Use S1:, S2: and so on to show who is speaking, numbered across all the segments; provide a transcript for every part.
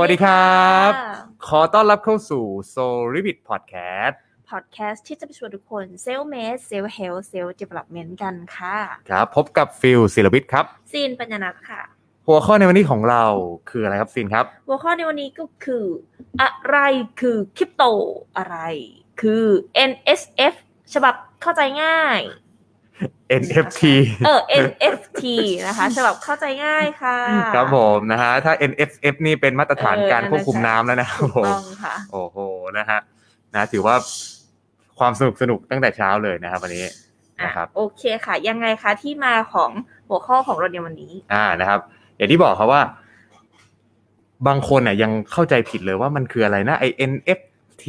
S1: วัสดีครับ
S2: ค่ะ
S1: ขอต้อนรับเข้าสู่ Soul Rabbit Podcast
S2: พอดแคสต์ที่จะไปชวนทุกคนเซลเมสเซลเฮลเซลเดเวล็อปเมนต์กันค่ะ
S1: ครับ พบกับฟิลศิลปิตครับ
S2: ซีนปัญญานัทค่ะ
S1: หัวข้อในวันนี้ของเราคืออะไรครับซีนครับ
S2: หัวข้อในวันนี้ก็คือ อะไรคือคริปโตอะไร คือ NSF ฉบับเข้าใจ ง่าย
S1: NFT
S2: เออ NFT นะคะ ฉบับเข้าใจง่ายค่ะ
S1: ครับผมนะฮะถ้า NFF นี่เป็นมาตรฐานการควบคุมน้ำแล้วนะครับ
S2: ถูก
S1: ผม
S2: ต้องค่ะ
S1: โอ้โหนะฮะนะถือว่าความสนุกสนุกตั้งแต่เช้าเลยนะครับวันนี้
S2: อ่ะ
S1: นะครับ
S2: โอเคค่ะ ยังไงคะที่มาของหัวข้อของเราในวันนี้
S1: อ่านะครับ อย่างที่บอกครับว่า บางคนน่ะยังเข้าใจผิดเลยว่ามันคืออะไรนะไอ NFT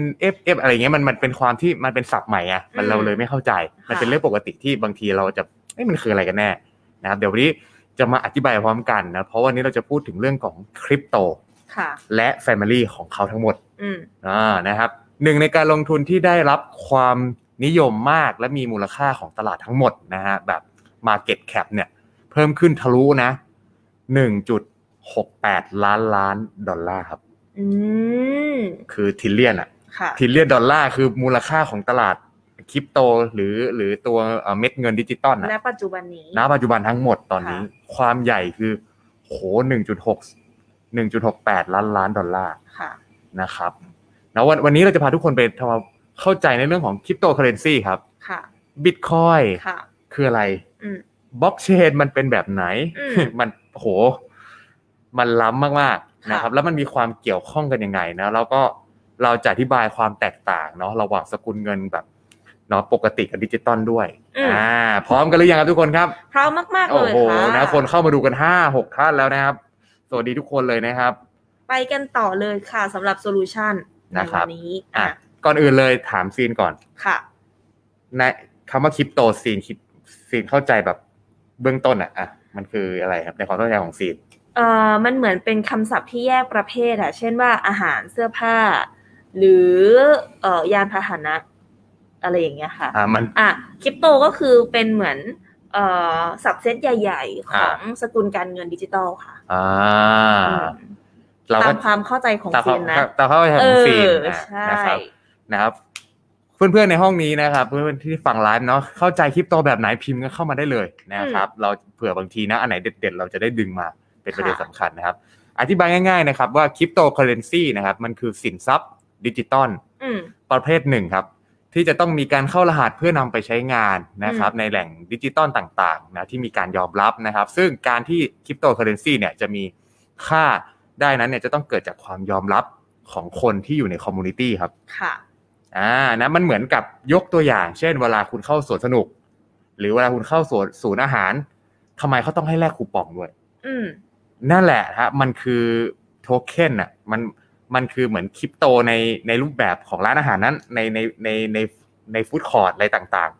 S1: NFF อะไรเงี้ยมันมันเป็นความที่มันเป็นศัพท์ใหม่อะมัน
S2: อืม
S1: เราเลยไม่เข้าใจ
S2: ค่ะ
S1: มันเป็นเรื่องปกติที่บางทีเราจะเอ้ยมันคืออะไรกันแน่นะครับ เดี๋ยววันนี้จะมาอธิบายพร้อมกันนะเพราะวันนี้เราจะพูดถึงเรื่องของคริปโต
S2: ค่ะ
S1: และ Family ของเขาทั้งหมด
S2: อืม
S1: อ่านะครับหนึ่งในการลงทุนที่ได้รับความนิยมมากและมีมูลค่าของตลาดทั้งหมดนะฮะแบบ Market Cap เนี่ยเพิ่มขึ้นทะลุนะ 1.68 ล้านล้านดอลลาร์ครับ
S2: อืม
S1: คือทิลเลียนอะ
S2: ค่ะ
S1: ทิลเลียนดอลลาร์คือมูลค่าของตลาดคริปโต หรือหรือตัวเอ่อเม็ดเงินดิจิตอล
S2: ณ
S1: นะ
S2: ปัจจุบันนี้
S1: ณปัจจุบันทั้งหมดตอนนี้
S2: ค่
S1: ความใหญ่คือโห1.6 1.68 ล้านล้านดอลลาร์
S2: ค่ะ
S1: นะครับนะวันวันนี้เราจะพาทุกคนไปทำความเข้าใจในเรื่องของคริปโตเคอเรนซีครับ
S2: ค่ะ
S1: บิตคอย
S2: ค่ะ
S1: คืออะไร
S2: อืม
S1: บล็อกเชนมันเป็นแบบไหน
S2: อืม
S1: มันโห มันล้ำมากๆนะครับ แล้วมันมีความเกี่ยวข้องกันยังไงนะ แล้วก็เราจะอธิบายความแตกต่างเนาะระหว่างสกุลเงินแบบเนาะปกติกับดิจิตอลด้วย
S2: อืม
S1: พร้อมกันหรือยังครับทุกคนครับ
S2: พร้อมมากๆ
S1: โอ้
S2: เลย
S1: โห
S2: ค่ะ
S1: นะคนเข้ามาดูกันห้าหกท่านแล้วนะครับ สวัสดีทุกคนเลยนะครับ
S2: ไปกันต่อเลยค่ะสำหรับโซลูชัน
S1: นะครับ
S2: ในวันนี้
S1: อ่ะ
S2: อ่ะ
S1: ก่อนอื่นเลยถามซีนก่อน
S2: ค่ะ
S1: ในคำว่าคริปโตซีนคริปซีนเข้าใจแบบเบื้องต้นอ่ะอ่ะมันคืออะไรครับในความเข้าใจของซีน
S2: เอ่อมันเหมือนเป็นคำศัพท์ที่แยกประเภทอะเช่นว่าอาหารเสื้อผ้า หรือเอ่อยานพาหนะ อะไรอย่างเงี้ยค่ะ
S1: อ่ะมัน
S2: อ่ะคริปโตก็คือเป็นเหมือนเอ่อสับเซตใหญ่ ๆ ของสกุลการเงินดิจิตอลค่ะ
S1: อ่า
S2: อืม
S1: เรา
S2: ตา
S1: ก็
S2: มความเข้าใจของ
S1: ตาม
S2: ซีนนะ
S1: ตามเข้าใจ
S2: เอ
S1: ของซีน
S2: อ
S1: อ่ะ
S2: ใช่
S1: นะครับนะครับ เพื่อนๆในห้องนี้นะครับ เพื่อนๆที่ฟังไลฟ์เนาะเข้าใจคริปโตแบบไหนพิมพ์กันเข้ามาได้เลยนะครับ เราเผื่อบางทีนะอันไหนเด็ด ๆ เราจะได้ดึงมาเป็นประเด็น
S2: ค่ะ
S1: สำคัญนะครับ อธิบายง่ายๆนะครับว่าคริปโตเคอเรนซีนะครับมันคือสินทรัพย์ดิจิตอล
S2: อืม
S1: ประเภทหนึ่งครับ ที่จะต้องมีการเข้ารหัสเพื่อนำไปใช้งานนะครับ ในแหล่งดิจิตอลต่างๆนะที่มีการยอมรับนะครับ ซึ่งการที่คริปโตเคอเรนซีเนี่ยจะมีค่าได้นั้นเนี่ยจะต้องเกิดจากความยอมรับของคนที่อยู่ในคอมมูนิตี้ครับ
S2: ค่ะ
S1: อ่านะมันเหมือนกับยกตัวอย่าง เช่น เวลาคุณเข้าสวนสนุก หรือเวลาคุณเข้าสวนศูนย์อาหารทำไมเขาต้องให้แลกคูปองด้วย
S2: อืม
S1: นั่นแหละฮะมันคือโทเค็นอ่ะมันมันคือเหมือนคริปโตในในรูปแบบของร้านอาหารนั้นในในในในในฟู้ดคอร์ดอะไรต่าง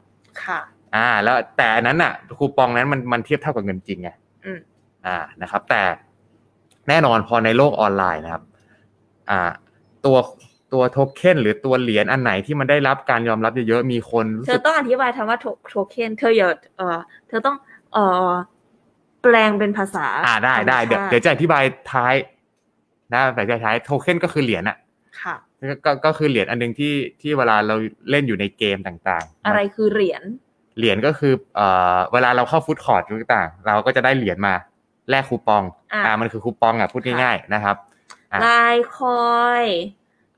S2: ค่ะ
S1: ๆ อ่า แล้วแต่อันนั้นอ่ะคูปองนั้นมันมันเทียบเท่ากับเงินจริงไง
S2: อืม
S1: อ่านะครับ แต่แน่นอนพอในโลกออนไลน์นะครับ อ่า ตัวตัวโทเค็นหรือตัวเหรียญอันไหนที่มันได้รับการยอมรับเยอะๆมีคนรู้
S2: เธ
S1: สึ
S2: อก ต้องอธิบายคำว่าโทโทเค็นเธออย่าเออเธอต้องเออแปลงเป็นภาษา
S1: อ่าได้ได้เดี๋ยว
S2: ธรรมชาติ
S1: เดี๋ยวจะอธิบายท้ายนะแต่จะท้ายโทเค็นก็คือเหรียญอ่ะ
S2: ค่ะ
S1: ก็ก็ก็คือเหรียญอันหนึงที่ที่เวลาเราเล่นอยู่ในเกมต่างๆ
S2: อะไรคือเหรียญ
S1: เหรียญก็คือเอ่อเวลาเราเข้าฟู้ดคอร์ทต่างๆ เราก็จะได้เหรียญมาแลกคูปอง
S2: อ่า
S1: มันคือคูปองอ่ะพูดง่ายๆนะครับ อ่ะ
S2: ลายคอย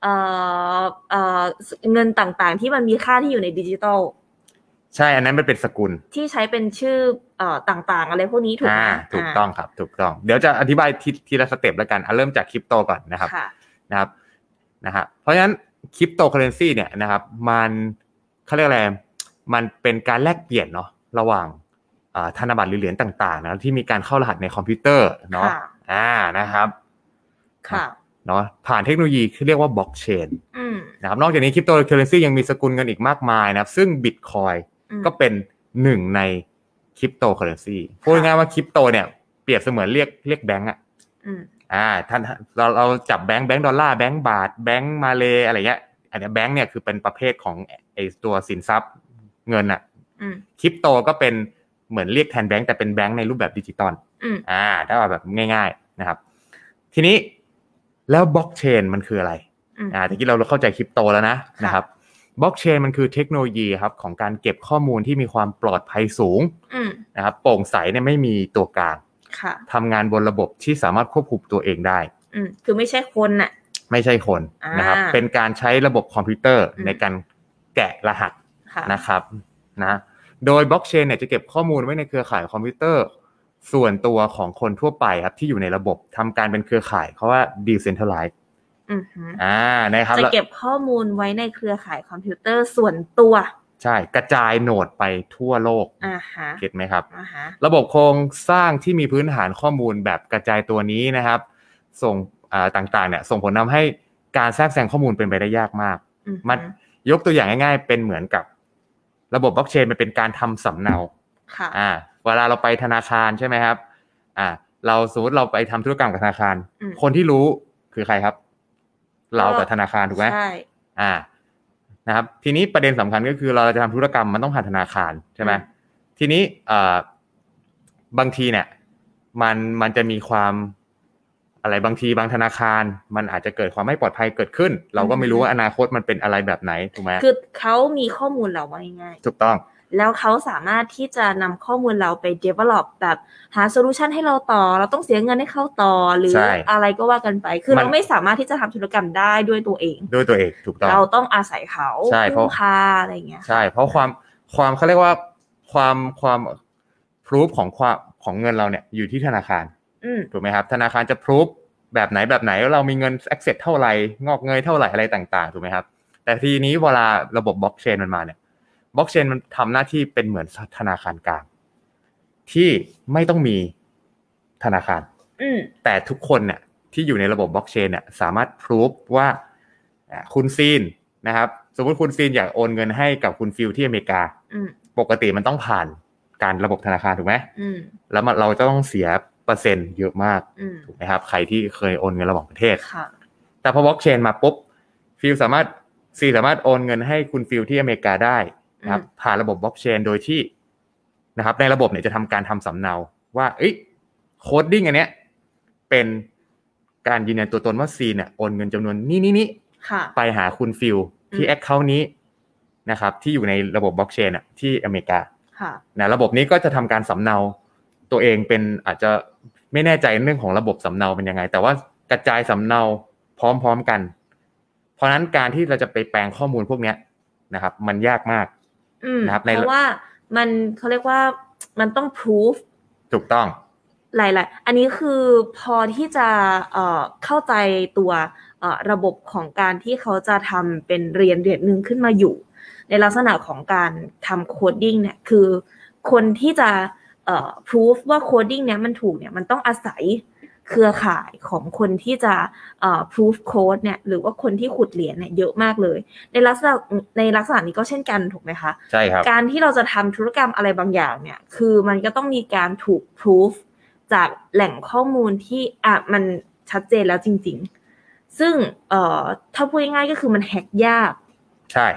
S2: เอ่อเอ่อเงินต่างๆ ที่มันมีค่าที่อยู่ในดิจิตอล
S1: ใช่อันนั้นมันเป็นสกุล
S2: ที่ใช้เป็นชื่อเอ่อต่างๆ อะไรพวกนี้ถูกไห
S1: อ่ามถูกต้องครับถูกต้อง เดี๋ยวจะอธิบายทีทีละสเต็ปแล้วกันอ่ะเริ่มจากคริปโตก่อนนะค
S2: อ่า
S1: รับ
S2: ค่ะ
S1: นะครับนะฮะเพราะฉะนั้นคริปโตเคอเรนซีเนี่ยนะครับ มันเขาเรียกอะไรมันเป็นการแลกเปลี่ยนเนาะระหว่างอ่าธนบัตรหรือเหรียญต่างๆนะที่มีการเข้ารหัสในคอมพิวเตอร์เนาะ
S2: ค่ะ
S1: อ่านะครับ
S2: ค่ะ
S1: เนาะผ่านเทคโนโลยีที่เรียกว่าบล็อกเชน
S2: อืม
S1: นะครับนอกจากนี้คริปโตเคอเรนซียังมีสกุลเงินอีกมากมายนะครับ ซึ่งบิตคอย
S2: อืม
S1: ก็เป็นหนึ่งในคริปโตเคอเรนซีพูดง่ายๆว่าคริปโตเนี่ยเปรียบเสมือนเรียกเรียกแบงก์อ่ะ
S2: อืม
S1: อ่าท่านเราเราจับแบงก์แบงก์ดอลลาร์แบงก์บาทแบงก์มาเลอะไรเงี้ยอันเนี้ยแบงก์เนี่ยคือเป็นประเภทของไอตัวสินทรัพย์เงินอ่ะ
S2: อืม
S1: คริปโตก็เป็นเหมือนเรียกแทนแบงก์แต่เป็นแบงก์ในรูปแบบดิจิตอล
S2: อืม
S1: อ่าถ้าเอาแบบง่าย ๆนะครับ ทีนี้ แล้วบล็อกเชนมันคืออะไร
S2: อืม
S1: อ่าตะกี้เราเข้าใจคริปโตแล้วนะ
S2: ค่ะ
S1: นะครับบล็อกเชนมันคือเทคโนโลยีครับของการเก็บข้อมูลที่มีความปลอดภัยสูง
S2: อืม
S1: นะครับโปร่งใสเนี่ยไม่มีตัวกลาง
S2: ค่ะ
S1: ทำงานบนระบบที่สามารถควบคุมตัวเองได้
S2: อืมคือไม่ใช่คนน่ะ
S1: ไม่ใช่คนนะครับ
S2: อ่า
S1: เป็นการใช้ระบบคอมพิวเตอร์
S2: อืม
S1: ในการแกะรหัส
S2: ค่ะ
S1: นะครับนะโดยบล็อกเชนเนี่ยจะเก็บข้อมูลไว้ในเครือข่ายคอมพิวเตอร์ ส่วนตัวของคนทั่วไปครับที่อยู่ในระบบทำการเป็นเครือข่ายเขาว่า decentralized
S2: อือหือ
S1: อ่านะครับ
S2: จะ
S1: แล้ว
S2: เก็บข้อมูลไว้ในเครือข่ายคอมพิวเตอร์ส่วนตัว
S1: ใช่กระจายโหนดไปทั่วโลก
S2: อ่าฮะ
S1: เก็ตไหมครับ
S2: อ่าฮะ
S1: ระบบโครงสร้างที่มีพื้นฐานข้อมูลแบบกระจายตัวนี้นะครับ ส่งอ่าต่างๆเนี่ยส่งผลทำให้การแทรกแซงข้อมูลเป็นไปได้ยากมาก
S2: อือหือ
S1: มัน ยกตัวอย่างง่ายๆ เป็นเหมือนกับ ระบบบล็อกเชนมันเป็นการทำสำเนา
S2: ค่ะ
S1: อ่าเวลาเราไปธนาคารใช่ไหมครับอ่าเราสมมติเราไปทำธุรกรรมกับธนาคาร
S2: อืม
S1: คนที่รู้คือใครครับ เรากับธนาคารถูกไหม
S2: ใช่
S1: อ่า นะครับ ทีนี้ประเด็นสำคัญก็คือเราจะทำธุรกรรมมันต้องผ่านธนาคารใช่ไหม
S2: อืม
S1: ทีนี้เอ่อบางทีเนี่ย มันมันจะมีความอะไรบางทีบางธนาคาร มันอาจจะเกิดความไม่ปลอดภัยเกิดขึ้น เราก็ไม่รู้ว่าอนาคตมันเป็นอะไรแบบไหนถูกไหม
S2: คือเขามีข้อมูลเราไว้ง่าย
S1: ถูกต้อง
S2: ๆแล้วเขาสามารถที่จะนำข้อมูลเราไป develop แบบหาโซลูชันให้เราต่อ เราต้องเสียเงินให้เขาต่อ หรือ
S1: ใช่
S2: อะไรก็ว่ากันไป คือ
S1: มัน
S2: เราไม่สามารถที่จะทำธุรกรรมได้ด้วยตัวเอง
S1: ด้วยตัวเองถูกต้อง
S2: เราต้องอาศัยเขา
S1: ใช่เพราะ
S2: พึ่งพาอะไรอย่างเงี้ย
S1: ใช่ เพราะความความเขาเรียกว่าความความพรูฟของความของเงินเราเนี่ยอยู่ที่ธนาคาร
S2: อืม
S1: ถูกไหมครับธนาคารจะพรูฟแบบไหนแบบไหนว่าเรามีเงิน access เท่าไหร่งอกเงยเท่าไหร่อะไรต่างๆถูกไหมครับ แต่ทีนี้เวลาระบบบล็อกเชนมันมาเนี่ยบล็อกเชนมันทำหน้าที่เป็นเหมือนธนาคารกลาง ที่ไม่ต้องมีธนาคาร
S2: อืม
S1: แต่ทุกคนเนี่ยที่อยู่ในระบบบล็อกเชนเนี่ยสามารถพรูฟว่าอ่ะคุณซีนนะครับ สมมติคุณซีนอยากโอนเงินให้กับคุณฟิลที่อเมริกา
S2: อืม
S1: ปกติมันต้องผ่านการระบบธนาคารถูกไหม
S2: อืม
S1: แล้วมันเราจะต้องเสียเปอร์เซ็นต์เยอะมาก
S2: อืม
S1: ถูกไหมครับใครที่เคยโอนเงินระหว่างประเทศ
S2: ค่ะ
S1: แต่พอบล็อกเชนมาปุ๊บฟิลสามารถซีสามารถโอนเงินให้คุณฟิลที่อเมริกาได้นะครับผ่านระบบบล็อกเชนโดยที่นะครับในระบบเนี่ยจะทำการทำสำเนาว่าเอ้ยโคดดิ้งอันเนี้ยเป็นการยืนยันตัวตนว่าซีเนี่ยโอนเงินจำนวนนี้นี้นี้
S2: ค่ะ
S1: ไปหาคุณฟิลที่
S2: อืม
S1: แอคเคาท์นี้นะครับที่อยู่ในระบบบล็อกเชนอ่ะที่อเมริกา
S2: ค่ะ
S1: นะระบบนี้ก็จะทำการสำเนาตัวเองเป็นอาจจะไม่แน่ใจเรื่องของระบบสำเนาเป็นยังไง แต่ว่ากระจายสำเนาพร้อมๆกัน เพราะฉะนั้นการที่เราจะไปแปลงข้อมูลพวกเนี้ยนะครับ มันยากมาก
S2: อืม
S1: นะครับใน
S2: เพราะว่ามันเขาเรียกว่ามันต้อง proof
S1: ถูกต้อง
S2: หลายๆ อันนี้คือพอที่จะเอ่อเข้าใจตัวเอ่อระบบของการที่เขาจะทำเป็นเรียนเรียนหนึ่งขึ้นมาอยู่ ในลักษณะของการทำโคดดิ้งเนี่ยคือคนที่จะเอ่อ proof ว่าโคดดิ้งเนี่ยมันถูกเนี่ยมันต้องอาศัยเครือข่ายของคนที่จะเอ่อ proof code เนี่ยหรือว่าคนที่ขุดเหรียญเนี่ยเยอะมากเลย ในลักษณะในลักษณะนี้ก็เช่นกันถูกไหมคะ
S1: ใช่ครับ
S2: การที่เราจะทำธุรกรรมอะไรบางอย่างเนี่ย คือมันก็ต้องมีการถูกพิสูจจากแหล่งข้อมูลที่อ่ะมันชัดเจนแล้วจริง ๆ ซึ่งเอ่อถ้าพูดง่ายๆก็คือมันแฮกยาก
S1: ใช่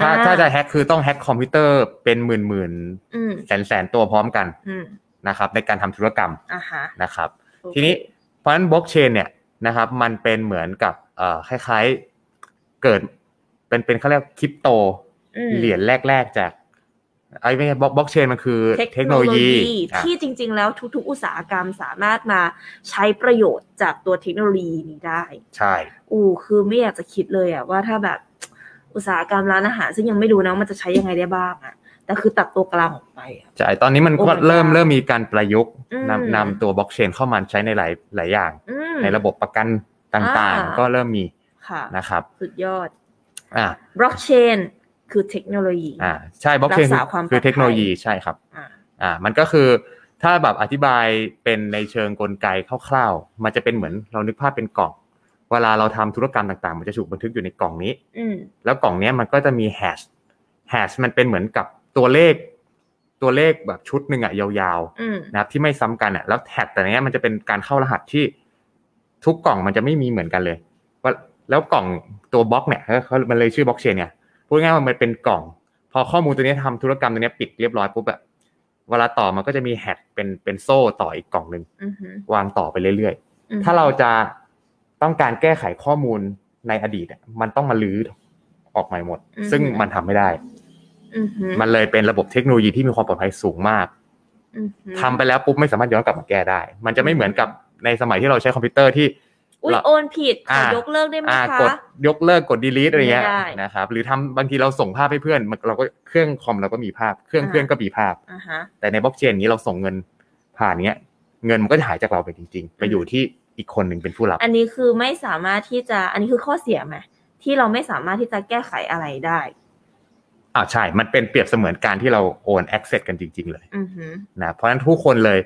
S1: ถ้า
S2: อ่า
S1: ถ้าจะแฮ็กคือต้องแฮ็กคอมพิวเตอร์เป็นหมื่นหมื่น
S2: อืม
S1: แสนแสนๆตัวพร้อมกัน
S2: อืม
S1: นะครับ ในการทำธุรกรรม
S2: อ่ะฮะ
S1: นะครับ
S2: โอเค
S1: ทีนี้เพราะฉะนั้นบล็อกเชนเนี่ยนะครับมันเป็นเหมือนกับเอ่อคล้ายๆเกิดเป็นเป็นเขาเรียกคริปโต
S2: อืม
S1: เหรียญแรก ๆ จากไอ้ไม่ใช่บล็อกบล็อกเชนมันคือ
S2: เทคโนโลยี
S1: อ่ะ
S2: ที่จริง ๆ แล้วทุก ๆ อุตสาหกรรมสามารถมาใช้ประโยชน์จากตัวเทคโนโลยีนี้ได้
S1: ใช่
S2: อูคือไม่อยากจะคิดเลยอะว่าถ้าแบบอุตสาหกรรมร้านอาหารซึ่งยังไม่รู้นะว่ามันจะใช้ยังไงได้บ้างอะแต่คือตัดตัวกลางออกไปอะ
S1: ใช่ตอนนี้มัน
S2: โอ้
S1: ก็
S2: my god
S1: เริ่มเริ่มมีการประยุกต์
S2: อืม
S1: นำนำตัวบล็อกเชนเข้ามาใช้ในหลายหลายอย่าง
S2: อืม
S1: ในระบบประกันต่าง
S2: อ่า
S1: ๆ ก็เริ่มมี
S2: ค่ะ
S1: นะครับ
S2: สุดยอด
S1: อ่า
S2: บล็อกเชนคือเทคโนโลยี
S1: อ่าใช่บล็อกเชน
S2: รักษาความ
S1: คื
S2: ปล
S1: อ
S2: อดภัย
S1: เทคโนโลยีใช่ครับ
S2: อ่า
S1: อ่ามันก็คือถ้าแบบอธิบายเป็นในเชิงกลไกคร่าวๆ มันจะเป็นเหมือนเรานึกภาพเป็นกล่อง เวลาเราทำธุรกรรมต่างๆ มันจะถูกบันทึกอยู่ในกล่องนี้
S2: อืม
S1: แล้วกล่องเนี้ยมันก็จะมีแฮชแฮชมันเป็นเหมือนกับตัวเลข ตัวเลขแบบชุดหนึ่งอะยาว
S2: อืม
S1: ๆนะครับที่ไม่ซ้ำกันอะแล้วแท็กแต่เนี้ยมันจะเป็นการเข้ารหัสที่ทุกกล่องมันจะไม่มีเหมือนกันเลยว่าแล้วกล่องตัวบล็อกเนี่ยเขาเขามันเลยชื่อบล็อกเชนเนี่ยพูดง่ายๆว่ามันเป็นกล่อง พอข้อมูลตัวเนี้ยทำธุรกรรมตัวเนี้ยปิดเรียบร้อยปุ๊บอะเวลาต่อมันก็จะมีแฮชเป็นเป็นโซ่ต่ออีกกล่องหนึ่ง
S2: อืมฮึ
S1: วางต่อไปเรื่อย
S2: อืม
S1: ๆ ถ้าเราจะ ต้องการแก้ไขข้อมูลในอดีตอะมันต้องมาลื้อออกใหม่หมด
S2: อืม
S1: ซึ่งมันทำไม่ได้
S2: อือหือ
S1: มันเลยเป็นระบบเทคโนโลยีที่มีความปลอดภัยสูงมาก
S2: อือหือ
S1: ทำไปแล้วปุ๊บไม่สามารถย้อนกลับมาแก้ได้ มันจะไม่เหมือนกับในสมัยที่เราใช้คอมพิวเตอร์ที่
S2: อุ้ย
S1: ละ
S2: โอนผิดขอ
S1: อ่าย
S2: ยกเลิกได้ไหม
S1: อ่า
S2: คะ
S1: กดยกเลิกกด delete อะไรเงี้ย
S2: ไม่ได้
S1: นะครับ หรือทำบางทีเราส่งภาพให้เพื่อนมันเราก็เครื่องคอมเราก็มีภาพ เครื่อง
S2: อ่า
S1: เพื่อนก็มีภาพ
S2: อ่าฮะ
S1: แต่ในบล็อกเชนนี้เราส่งเงินผ่านเนี้ย เงินมันก็จะหายจากเราไปจริง ๆ ไปอยู่ที่อีกคนหนึ่งเป็นผู้รับ
S2: อันนี้คือไม่สามารถที่จะอันนี้คือข้อเสียไหมที่เราไม่สามารถที่จะแก้ไขอะไรได้
S1: อ่าใช่ มันเป็นเปรียบเสมือนการที่เราโอน access กันจริง ๆ เลย
S2: อือหือ
S1: นะเพราะฉะนั้นทุกคนเลย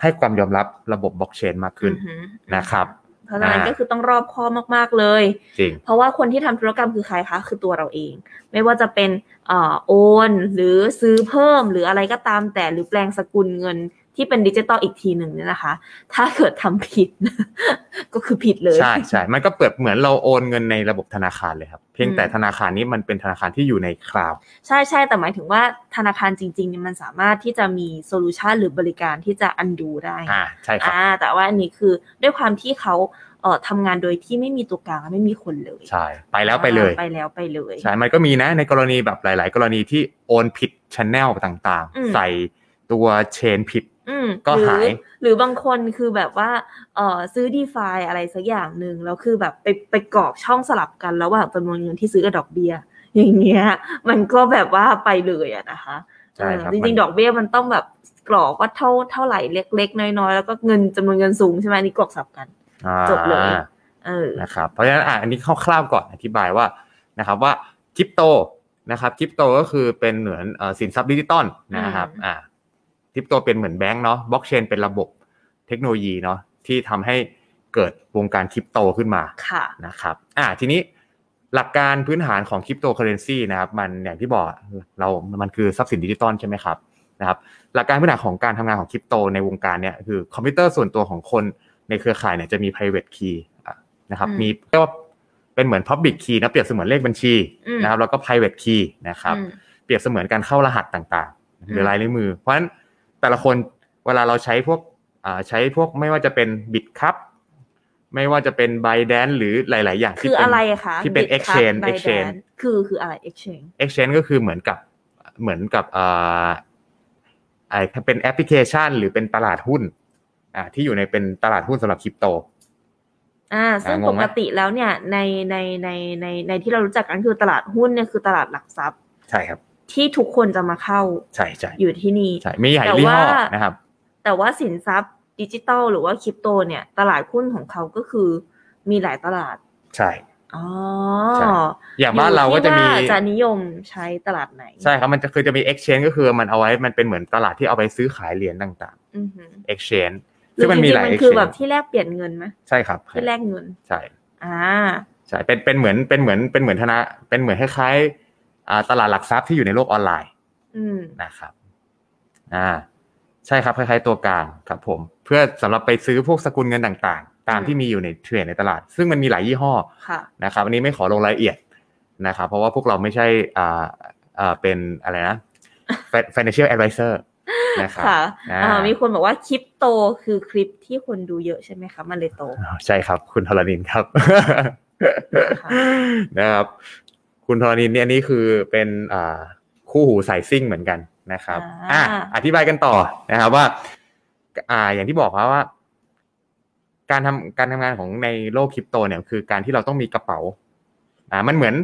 S1: ให้ความยอมรับระบบบล็อกเชนมากขึ้น
S2: อือหือ
S1: นะครับ
S2: เพราะฉะนั้น
S1: อ่า
S2: ก็คือต้องรอบคอบมากๆเลย
S1: จริง
S2: เพราะว่าคนที่ทำธุรกรรมคือใครคะ คือตัวเราเอง ไม่ว่าจะเป็นเออโอน หรือซื้อเพิ่มหรืออะไรก็ตามแต่หรือแปลงสกุลเงินที่เป็นดิจิตอลอีกทีหนึ่งเนี่ยนะคะ ถ้าเกิดทำผิด ก็คือผิดเลย
S1: ใช่ใช่ มันก็เปรียบเหมือนเราโอนเงินในระบบธนาคารเลยครับ เพียงแต่
S2: อืม
S1: ธนาคารนี้มันเป็นธนาคารที่อยู่ในคลาวด์
S2: ใช่ใช่แต่หมายถึงว่าธนาคารจริงๆเนี่ยมันสามารถที่จะมีโซลูชันหรือบริการที่จะอันดูได้
S1: อ่า ใช่ครับ
S2: อ่าแต่ว่าอันนี้คือด้วยความที่เขาเอ่อทำงานโดยที่ไม่มีตัวกลางและไม่มีคนเลย
S1: ใช่ ไปแล้วไปเลย
S2: อ่าไปแล้วไปเลย
S1: ใช่ มันก็มีนะ ในกรณีแบบหลาย ๆ กรณีที่โอนผิดชแนลต่าง
S2: อืม
S1: ๆ ใส่ตัวเชนผิด
S2: อืม
S1: ก็หาย
S2: รือหรือบางคนคือแบบว่าเอ่อซื้อดีฟาอะไรสักอย่างหนึ่งแล้วคือแบบไปไปกรอบช่องสลับกันระหว่างจำนวนเงินที่ซื้อกับดอกเบี้ย อย่างเงี้ย มันก็แบบว่าไปเลยอะนะคะ
S1: ใช่ครับ
S2: เออจริง
S1: มัน
S2: ๆดอกเบี้ยมันต้องแบบกรอกว่าเท่าเท่าไหร่เล็ก ๆ น้อยๆแล้วก็เงินจำนวนเงินสูงใช่ไหมอันนี่กรอกสับกัน
S1: อ่า
S2: จบเลย เออ
S1: นะครับ เพราะฉะนั้นอ่ะอันนี้คร่าว ๆ ก่อนอธิบายว่า นะครับว่าคริปโต นะครับ คริปโตก็คือเป็นเหมือนเอ่อสินทรัพย์ดิจิตอลนะครับ
S2: อืม
S1: อ่า คริปโตเป็นเหมือนแบงก์เนาะ บล็อกเชนเป็นระบบเทคโนโลยีเนาะที่ทำให้เกิดวงการคริปโตขึ้นมา
S2: ค่ะ
S1: นะครับ อ่า ทีนี้หลักการพื้นฐานของคริปโตเคอเรนซีนะครับ มันอย่างที่บอกเรา มันคือทรัพย์สินดิจิตอลใช่ไหมครับ นะครับ หลักการพื้นฐานของการทำงานของคริปโตในวงการเนี่ยคือคอมพิวเตอร์ส่วนตัวของคนในเครือข่ายเนี่ยจะมี private key อ่ะนะครับ
S2: อืม
S1: มีเรียกว่าเป็นเหมือน public key นะเปรียบเสมือนเลขบัญชี
S2: อืม
S1: นะครับ แล้วก็ private key นะครับ
S2: อืม
S1: เปรียบเสมือนการเข้ารหัสต่างๆ หรือ
S2: ม
S1: ลายนิ้วมือ เพราะฉะนั้นแต่ละคนเวลาเราใช้พวกอ่าใช้พวกไม่ว่าจะเป็นบิตครับไม่ว่าจะเป็นไบแดนหรือหลาย ๆ อย่าง
S2: คื
S1: ที่
S2: อ
S1: เป็น
S2: อะไรอะคะ
S1: ที่เป็น
S2: Bitcoin
S1: exchange
S2: Binance
S1: exchange
S2: คือคืออะไร exchange
S1: exchange ก็คือเหมือนกับเหมือนกับอ่าไอ้เป็นแอปพลิเคชัน หรือเป็นตลาดหุ้นอ่าที่อยู่ในเป็นตลาดหุ้นสำหรับคริปโต
S2: อ่าซึ่ง
S1: งงไหม
S2: ปกติแล้วเนี่ยในในในในในที่เรารู้จักกันคือตลาดหุ้นเนี่ยคือตลาดหลักทรัพย์
S1: ใช่ครับ
S2: ที่ทุกคนจะมาเข้า
S1: ใช่ใช่
S2: อยู่ที่นี่
S1: ใช่มีหลาย
S2: แต่
S1: ยี่ห้อ
S2: ว่า
S1: นะครับ
S2: แต่ว่าสินทรัพย์ดิจิตอลหรือว่าคริปโตเนี่ย ตลาดหุ้นของเขาก็คือมีหลายตลาด
S1: ใช่
S2: อ๋อ
S1: ใช่ อย่างบ้านเราก็จะมี
S2: อยู่ที่ว่าจะนิยมใช้ตลาดไหน
S1: ใช่ครับ มันจะคือจะมี exchange ก็คือมันเอาไว้มันเป็นเหมือนตลาดที่เอาไปซื้อขายเหรียญต่าง ๆ
S2: อือหือ
S1: exchange
S2: หรื
S1: ซึ่
S2: องจ
S1: มัน
S2: ริ
S1: มี
S2: ง
S1: หลา
S2: ๆ
S1: ย
S2: มันคือ
S1: exchange
S2: แบบที่แลกเปลี่ยนเงินไหม
S1: ใช่ครับ
S2: ที่แลกเงิน
S1: ใช่
S2: อ่า
S1: ใช่เป็นเป็นเหมือนเป็นเหมือนเป็นเหมือนธนาเป็นเหมือนคล้ายๆอ่าตลาดหลักทรัพย์ที่อยู่ในโลกออนไลน์
S2: อืม
S1: นะครับอ่าใช่ครับคล้ายๆตัวกลางครับผม เพื่อสำหรับไปซื้อพวกสกุลเงินต่างๆ ตาม
S2: อืม
S1: ที่มีอยู่ในเทรดในตลาด ซึ่งมันมีหลายยี่ห้อ
S2: ค่ะ
S1: นะครับ อันนี้ไม่ขอลงรายละเอียดนะครับ เพราะว่าพวกเราไม่ใช่อ่าอ่าเป็นอะไรนะ financial advisor นะครับ
S2: ค่ะ
S1: อ่า
S2: อ่ามีคนบอกว่าคลิปโตคือคลิปที่คนดูเยอะใช่ไหมคะ มันเลยโต
S1: ใช่ครับ คุณธรณินครับ
S2: ค่ะ
S1: นะครับ คุณธรณินเนี่ยนี่คือเป็นอ่าคู่หูสายซิ่งเหมือนกันนะครับ
S2: อ่า
S1: อ่ะอธิบายกันต่อนะครับว่า อ่า อย่างที่บอกว่าว่า การทำการทำงานของในโลกคริปโตเนี่ย คือการที่เราต้องมีกระเป๋า อ่า มันเหมือน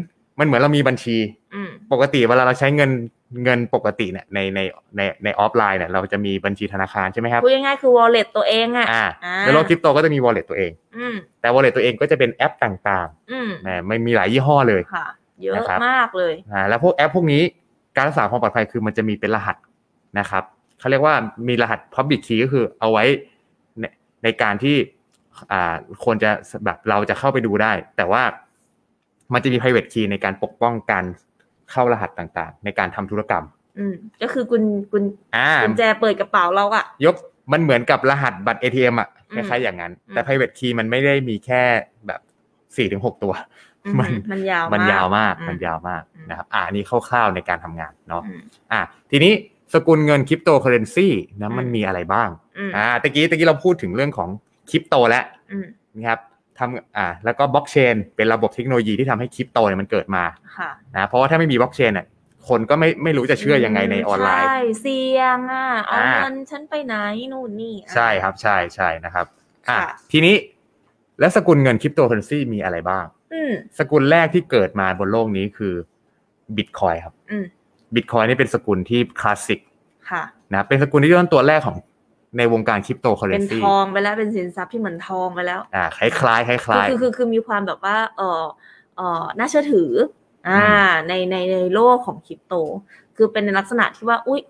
S1: มันเหมือนเรามีบัญชี
S2: อืม
S1: ปกติเวลาเราใช้เงินเงินปกติเนี่ยในในในในออฟไลน์เนี่ยเราจะมีบัญชีธนาคารใช่ไหมครับ
S2: พูดง่ายๆคือ wallet ตัวเองอะ
S1: อ่า
S2: อ่า
S1: ในโลกคริปโตก็จะมี wallet ตัวเอง
S2: อืม
S1: แต่ wallet ตัวเองก็จะเป็นแอปต่าง
S2: อืม
S1: ๆนะไม่มีหลายยี่ห้อเลย
S2: ค่ะ เยอะ
S1: นะครับ
S2: มากเลย
S1: อ่าแล้วพวกแอปพวกนี้การรักษาความปลอดภัยคือมันจะมีเป็นรหัสนะครับเขาเรียกว่ามีรหัส Public Key ก็คือเอาไว้ในในการที่อ่าคนจะแบบเราจะเข้าไปดูได้ แต่ว่ามันจะมี private key ในการปกป้องการเข้ารหัสต่างๆ ในการทำธุรกรรม
S2: อืม ก็คือกุญกุญ
S1: อ่า
S2: กุญแจเปิดกระเป๋าเราอะ
S1: ยกมันเหมือนกับรหัสบัตร ATM อ่ะ
S2: อื
S1: ค
S2: ม
S1: ล้ายๆอย่างนั้น แต่
S2: อืม
S1: private key มันไม่ได้มีแค่แบบสี่ถึงหกตัว
S2: อื
S1: มั
S2: มัน มันยาว
S1: มันยาวมาก
S2: อื
S1: มันยาวมาก
S2: อืม
S1: นะครับอ่าอันนี้คร่าวๆในการทำงานเนาะ
S2: อืม
S1: อ่ะทีนี้สกุลเงินคริปโตเคอเรนซีนะมัน
S2: อืม
S1: มีอะไรบ้าง
S2: อืม
S1: อ่าตะกี้ตะกี้เราพูดถึงเรื่องของคริปโตแล้ว
S2: อืม
S1: นะครับ ทำอ่าแล้วก็บล็อกเชนเป็นระบบเทคโนโลยีที่ทำให้คริปโตเนี่ยมันเกิดมา
S2: ค่ะ
S1: นะเพราะว่าถ้าไม่มีบล็อกเชนเนี่ยคนก็ไม่ไม่รู้จะเชื่อยังไงในออนไลน์
S2: ใช่เสี่ยงอ่ะเอา
S1: อ่า
S2: เงินฉันไปไหนนู่นนี่อ่ะ
S1: ใช่ครับใช่ใช่นะครับอ่ะ
S2: ค่ะ
S1: ทีนี้แล้วสกุลเงินคริปโตเคอเรนซีมีอะไรบ้าง
S2: อืม
S1: สกุลแรกที่เกิดมาบนโลกนี้คือบิตคอยครับ
S2: อืม
S1: บิตคอยนี่เป็นสกุลที่คลาสสิก
S2: ค่ะ
S1: นะเป็นสกุลที่ต้นตัวแรกของในวงการคริปโตเคอเร
S2: เป็น น
S1: ซี
S2: ทองไปแล้วเป็นสินทรัพย์ที่เหมือนทองไปแล้ว
S1: อ่าคล้ายคล้ายคล้ายค
S2: คือ
S1: ล้าย
S2: คือคือคือมีความแบบว่าเออเออน่าเชื่อถือ อ่า
S1: อื
S2: ในในในโลกของคริปโต คือเป็นในลักษณะที่ว่า อุ้ย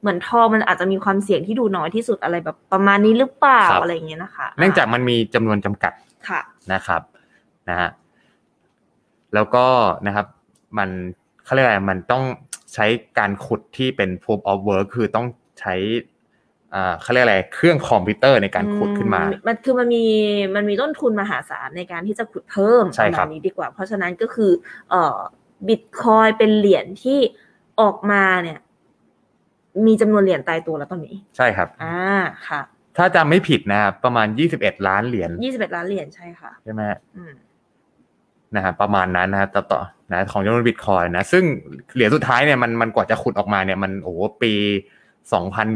S2: เหมือนทองมันอาจจะมีความเสี่ยงที่ดูน้อยที่สุดอะไรแบบประมาณนี้หรือเปล่า
S1: ครับ
S2: อะไรอย่างเงี้ยนะคะ
S1: เนื่องจากมันมีจำนวนจำกัด
S2: ค่ะ
S1: นะครับนะฮะแล้วก็นะครับ มันเขาเรียกอะไรมันต้องใช้การขุดที่เป็น proof of work คือต้องใช้อ่าเขาเรียกอะไรเครื่องคอมพิวเตอร์ในการขุดขึ้นมา
S2: อืมันคือมันมีมันมีต้นทุนมหาศาลในการที่จะขุดเพิ่ม
S1: ใช่
S2: ประ
S1: ครั
S2: มา
S1: บ
S2: ณนี้ดีกว่า เพราะฉะนั้นก็คือเอ่อบิตคอยเป็นเหรียญที่ออกมาเนี่ย มีจำนวนเหรียญตายตัวแล้วตอนนี้
S1: ใช่ครับ
S2: อ่าค่ะ
S1: ถ้าจำไม่ผิดนะครับประมาณ 21 ล้านเหรียญ
S2: ยี่สิบเอ็ดล้านเหรียญใช่ค่ะ
S1: ใช่ไหมฮะ
S2: อืม
S1: นะฮะประมาณนั้นนะฮะต่อต่อนะของจำนวนบิตคอยนะ ซึ่งเหรียญสุดท้ายเนี่ยมันมันกว่าจะขุดออกมาเนี่ยมันโอ้โหปี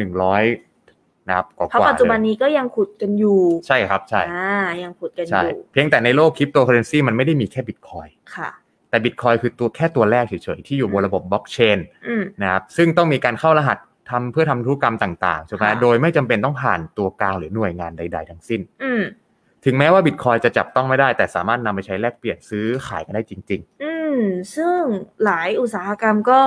S1: 2,100 นะครับกว่า
S2: เพราะ
S1: กว่า
S2: ปัจจุบัน
S1: เลย
S2: นี้ก็ยังขุดกันอยู่
S1: ใช่ครับใช่
S2: อ่ายังขุดกันอ
S1: ใช่
S2: ยู่
S1: เพียงแต่ในโลกคริปโตเคอเรนซีมันไม่ได้มีแค่บิตคอย
S2: ค่ะ
S1: แต่บิตคอยคือตัวแค่ตัวแรกเฉยๆ ที่อยู่บนระบบบล็อกเชน
S2: อืม
S1: นะครับซึ่งต้องมีการเข้ารหัสทำเพื่อทำธุรกรรมต่างๆใช่ไหม
S2: ค่ะ
S1: โดยไม่จำเป็นต้องผ่านตัวกลางหรือหน่วยงานใด ๆ ทั้งสิ้น
S2: อืม
S1: ถึงแม้ว่าบิตคอยจะจับต้องไม่ได้แต่สามารถนำไปใช้แลกเปลี่ยนซื้อขายกันได้จริง
S2: อืม ซึ่งหลายอุตสาหกรรมก็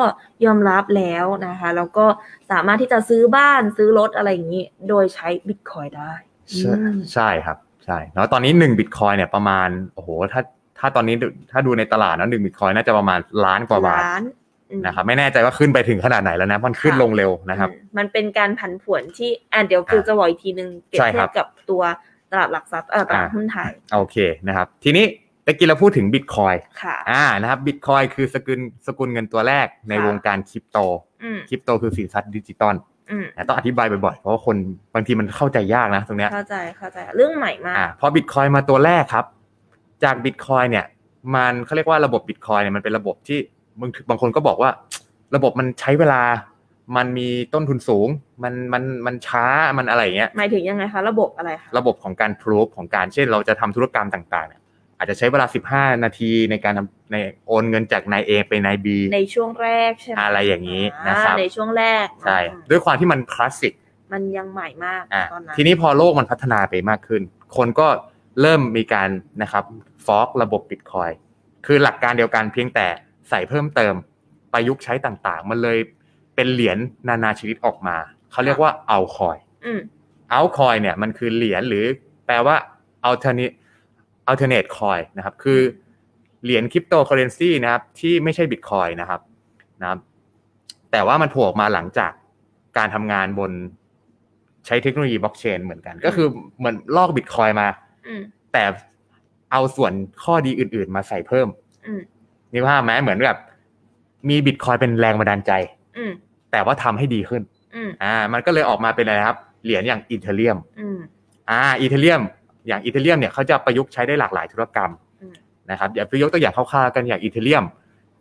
S2: ยอมรับแล้วนะคะ แล้วก็สามารถที่จะซื้อบ้านซื้อรถอะไรอย่างนี้ โดยใช้บิตคอยน์ได้
S1: ๆ ใช่
S2: อืม
S1: ใช่ครับ ใช่แล้วตอนนี้หนึ่งบิตคอยเนี่ยประมาณโอ้โหถ้าถ้าตอนนี้ดูถ้าดูในตลาดนะหนึ่งบิตคอยน่าจะประมาณล้านกว่าบาท
S2: ล้านอืม
S1: นะครับไม่แน่ใจว่าขึ้นไปถึงขนาดไหนแล้วนะมันขึ้น
S2: ค่ะ
S1: ลงเร็วนะครับ
S2: อืมมันเป็นการผันผวนที่อ่ะเดี๋ยวฟิวจะบอกอีกทีนึงเปรียบ
S1: ใช่
S2: เที
S1: ครั
S2: ย
S1: บ
S2: บกับตัวตลาดหลักทรัพย์เอ่อตลาดหุ้นไทย
S1: โอเคนะครับทีนี้ตะกี้เราพูดถึงบิตคอย
S2: ค่ะ
S1: อ่านะครับบิตคอยคือสกุลสกุลเงินตัวแรกใน
S2: ค่ะ
S1: วงการคริปโต
S2: อืม
S1: คริปโตคือสินทรัพย์ดิจิตอล
S2: อืม
S1: นะต้องอธิบายบ่อยๆเพราะว่าคนบางทีมันเข้าใจยากนะตรงเนี้ย
S2: เข้าใจเข้าใจเรื่องใหม่มาก
S1: อ่าพอบิตคอยมาตัวแรกครับ จากบิตคอยเนี่ยมันเขาเรียกว่าระบบบิตคอยเนี่ยมันเป็นระบบที่บางบางคนก็บอกว่า ระบบมันใช้เวลา มันมีต้นทุนสูง มันมันมันช้ามันอะไรอย่างเงี้ย
S2: หมายถึงยังไงคะ ระบบอะไรคะ
S1: ระบบของการพรูฟของการเช่น เราจะทำธุรกรรมต่างๆเนี่ยอาจจะใช้เวลา 15 นาทีในการทำในโอนเงินจากนาย A ไปนาย B
S2: ในช่วงแรกใช่ไหม
S1: อะไรอย่างนี้นะครับ
S2: อ่าในช่วงแรก
S1: ใช่
S2: อืม
S1: ด้วยความที่มันคลาสสิก
S2: มันยังใหม่มาก
S1: อ่ะ
S2: ตอนนั้น
S1: ทีนี้พอโลกมันพัฒนาไปมากขึ้น คนก็เริ่มมีการนะครับฟอกระบบบิตคอยคือหลักการเดียวกันเพียงแต่ใส่เพิ่มเติมประยุกต์ใช้ต่างๆ มันเลยเป็นเหรียญนานาชนิดออกมา เขาเรียกว่าเอาคอย
S2: อืม
S1: เอาคอยเนี่ยมันคือเหรียญหรือแปลว่า alternate alternate coin นะครับคือเหรียญคริปโตเคอเรนซีนะครับที่ไม่ใช่บิตคอยนะครับนะครับ แต่ว่ามันโผล่ออกมาหลังจากการทำงานบนใช้เทคโนโลยีบล็อกเชนเหมือนกัน ก็คือเหมือนลอกบิตคอยมา
S2: อืม
S1: แต่เอาส่วนข้อดีอื่นๆ มาใส่เพิ่ม
S2: อืม
S1: นี่ภาพไหมเหมือนแบบมีบิตคอยเป็นแรงบันดาลใจ
S2: อืม
S1: แต่ว่าทำให้ดีขึ้น
S2: อืม
S1: อ่า มันก็เลยออกมาเป็นอะไรครับ เหรียญอย่างอีเทเรียม
S2: อืม
S1: อ่าอีเทเรียมอย่างอีเทเรียมเนี่ยเขาจะประยุกต์ใช้ได้หลากหลายธุรกรรม
S2: อืม
S1: นะครับอย่าไปยกตัวอย่างคร่าวๆกันอย่างอีเทเรียม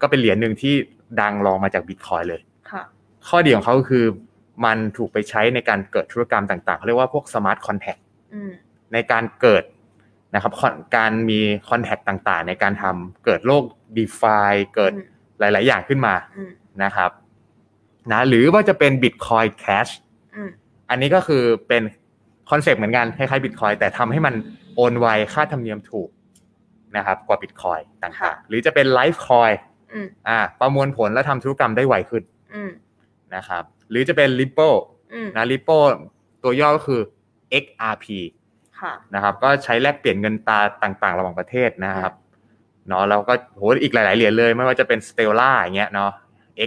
S1: ก็เป็นเหรียญหนึ่งที่ดังรองมาจากบิตคอยเลย
S2: ค่ะ
S1: ข้อดีของเขาก็คือมันถูกไปใช้ในการเกิดธุรกรรมต่างๆเขาเรียกว่าพวกสมาร์ทคอนแท็ก
S2: อืม
S1: ในการเกิดนะครับ con- การมีคอนแท็กต่างๆ ในการทำเกิดโลก d e f i เกิด
S2: อืม
S1: หลาย ๆ อย่างขึ้นมา
S2: อืม
S1: นะครับนะหรือว่าจะเป็น Bitcoin Cash
S2: อืม
S1: อันนี้ก็คือเป็นคอนเซปต์เหมือนกันคล้ายๆ Bitcoin แต่ทำให้มันโอนไวค่าธรรมเนียมถูกนะครับ กว่า Bitcoin ต่างๆ หรือจะเป็น Litecoin
S2: อืม
S1: อ่าประมวลผลและทำธุรกรรมได้ไวขึ้น
S2: อืม
S1: นะครับ หรือจะเป็น Ripple
S2: อืม
S1: นะ Ripple ตัวย่อก็คือ XRP
S2: ค่ะ
S1: นะครับ ก็ใช้แลกเปลี่ยนเงินตราต่างๆ ระหว่างประเทศนะครับเนาะแล้วก็โหอีกหลายๆเหรียญเลย ไม่ว่าจะเป็น Stella อย่างเงี้ยเนาะ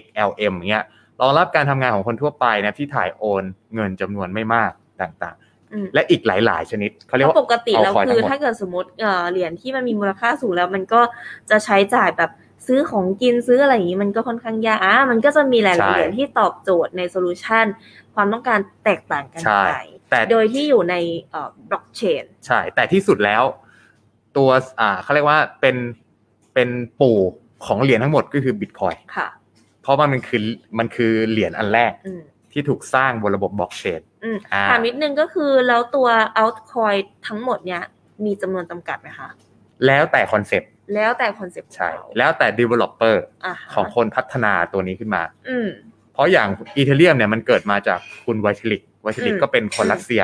S1: XLM อย่างเงี้ยรองรับการทำงานของคนทั่วไปนะที่ถ่ายโอนเงินจำนวนไม่มากต่าง
S2: อืม
S1: ๆ และอีกหลายๆ ชนิดเขาเรียก
S2: เพ
S1: ว่า
S2: ราะปกติแล้ว
S1: เอาคอย
S2: คือ
S1: ทั้งหมด
S2: ถ้าเกิดสมมติเอ่อเหรียญที่มันมีมูลค่าสูงแล้วมันก็จะใช้จ่ายแบบซื้อของกินซื้ออะไรอย่างนี้มันก็ค่อนข้างยากอ่ะมันก็จะมีหลายๆเหรียญที่ตอบโจทย์ในโซลูชันความต้องการแตกต่างกัน
S1: ใช่
S2: ไป
S1: แต่
S2: โดยที่อยู่ในบล็อกเชน
S1: ใช่แต่ที่สุดแล้ว ตัวอ่าเขาเรียกว่าเป็นเป็นปู่ของเหรียญทั้งหมดก็คือบิตคอย
S2: ค่ะ
S1: เพราะว่ามันคือมันคือเหรียญอันแรก
S2: อืม
S1: ที่ถูกสร้างบนระบบบล็อกเชน
S2: อืม
S1: อ่า
S2: ถามนิดนึงก็คือแล้วตัว altcoin ทั้งหมดเนี่ยมีจำนวนจำกัดไหมคะ
S1: แล้วแต่คอนเซปต์
S2: แล้วแต่คอนเซ็ปต์
S1: ใช่ แล้วแต่ developer
S2: อ่าฮะ
S1: ของคนพัฒนาตัวนี้ขึ้นมา
S2: อืม
S1: เพราะอย่างอีเทเรียมเนี่ยมันเกิดมาจากคุณไวชลิกไวชลิก
S2: อืม
S1: ก็เป็นคนรัสเซีย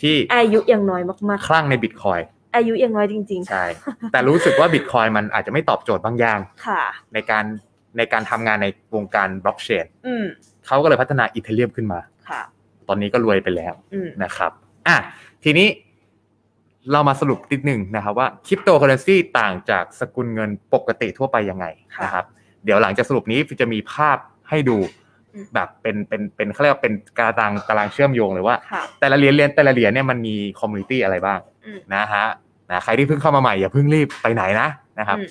S1: ที่
S2: อายุยังน้อยมาก
S1: คลั่งในบิตคอย
S2: ๆ อายุยังน้อยจริง ๆ
S1: ใช่ แต่รู้สึกว่าบิตคอยมันอาจจะไม่ตอบโจทย์บางอย่าง
S2: ค่ะ
S1: ในการในการทำงานในวงการบล็อกเชน
S2: อืม
S1: เขาก็เลยพัฒนาอีเทเรียมขึ้นมา
S2: ค่ะ
S1: ตอนนี้ก็รวยไปแล้ว
S2: อืม
S1: นะครับอ่ะทีนี้เรามาสรุปนิดหนึ่งนะครับว่าคริปโตเคอเรนซีต่างจากสกุลเงินปกติทั่วไปยังไง
S2: ค่ะ
S1: นะครับ เดี๋ยวหลังจากสรุปนี้จะมีภาพให้ดูแบบเป็นเป็นเป็นเขาเรียกว่าเป็นตารางตารางเชื่อมโยงเลยว่า
S2: ค่ะ
S1: แต่ละเหรียญเหรียญแต่ละเหรียญเนี่ยมันมีคอมมูนิตี้อะไรบ้าง
S2: อืม
S1: นะฮะนะใครที่เพิ่งเข้ามาใหม่อย่าเพิ่งรีบไปไหนนะนะครับ
S2: อืม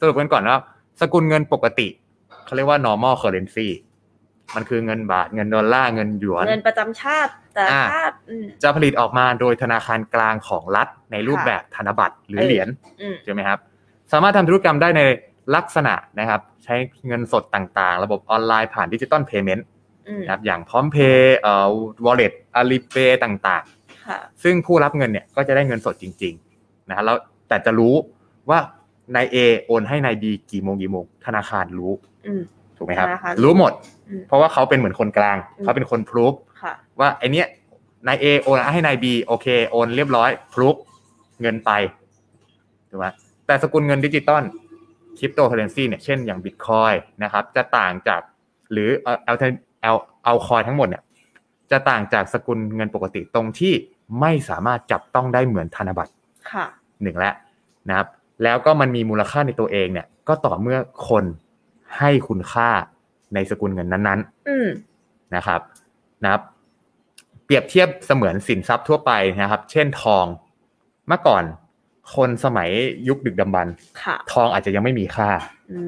S1: สรุปกันก่อนว่าสกุลเงินปกติเขาเรียกว่า normal currency มันคือเงินบาทเงินดอลลาร์เงินหยวน
S2: เงินประจำชาติแต่
S1: อ่า
S2: ชาติอืม
S1: จะผลิตออกมาโดยธนาคารกลางของรัฐในรูปแบบธนบัตรหรือ
S2: เออ
S1: เหรียญ
S2: อืม
S1: ใช่ไหมครับ สามารถทำธุรกรรมได้ในลักษณะนะครับ ใช้เงินสดต่างๆ ระบบออนไลน์ผ่านดิจิตอลเพย์เมนต์
S2: อืม
S1: นะครับอย่างพร้อมเพย์เอ่อวอลเล็ตอาลีเปย์ต่างๆ
S2: ค่ะ
S1: ซึ่งผู้รับเงินเนี่ยก็จะได้เงินสดจริงๆนะฮะแล้วแต่จะรู้ว่านาย A โอนให้นาย B กี่โมงกี่โมง ธนาคารรู้
S2: อืม
S1: ถูกไหมครับ
S2: ธนาคาร
S1: รู้หมด
S2: อืม
S1: เพราะว่าเขาเป็นเหมือนคนกลาง
S2: อืม
S1: เขาเป็นคนพรูฟ
S2: ค่ะ
S1: ว่าไอเนี้ยนาย A โอนให้นาย B โอเคโอนเรียบร้อยพรูฟเงินไปถูกไหมแต่สกุลเงินดิจิตอลคริปโตเคอเรนซีเนี่ยเช่นอย่างบิตคอยนะครับ จะต่างจากหรือเอลเอลเอาคอยทั้งหมดเนี่ยจะต่างจากสกุลเงินปกติตรงที่ไม่สามารถจับต้องได้เหมือนธนบัตร
S2: ค่ะ
S1: หนึ่งแล้วนะครับ แล้วก็มันมีมูลค่าในตัวเองเนี่ยก็ต่อเมื่อคนให้คุณค่าในสกุลเงินนั้น
S2: อืม
S1: ๆนะครับนะครับ เปรียบเทียบเสมือนสินทรัพย์ทั่วไปนะครับ เช่นทองเมื่อก่อนคนสมัยยุคดึกดำบรรพ์
S2: ค่ะ
S1: ทองอาจจะยังไม่มีค่า
S2: อื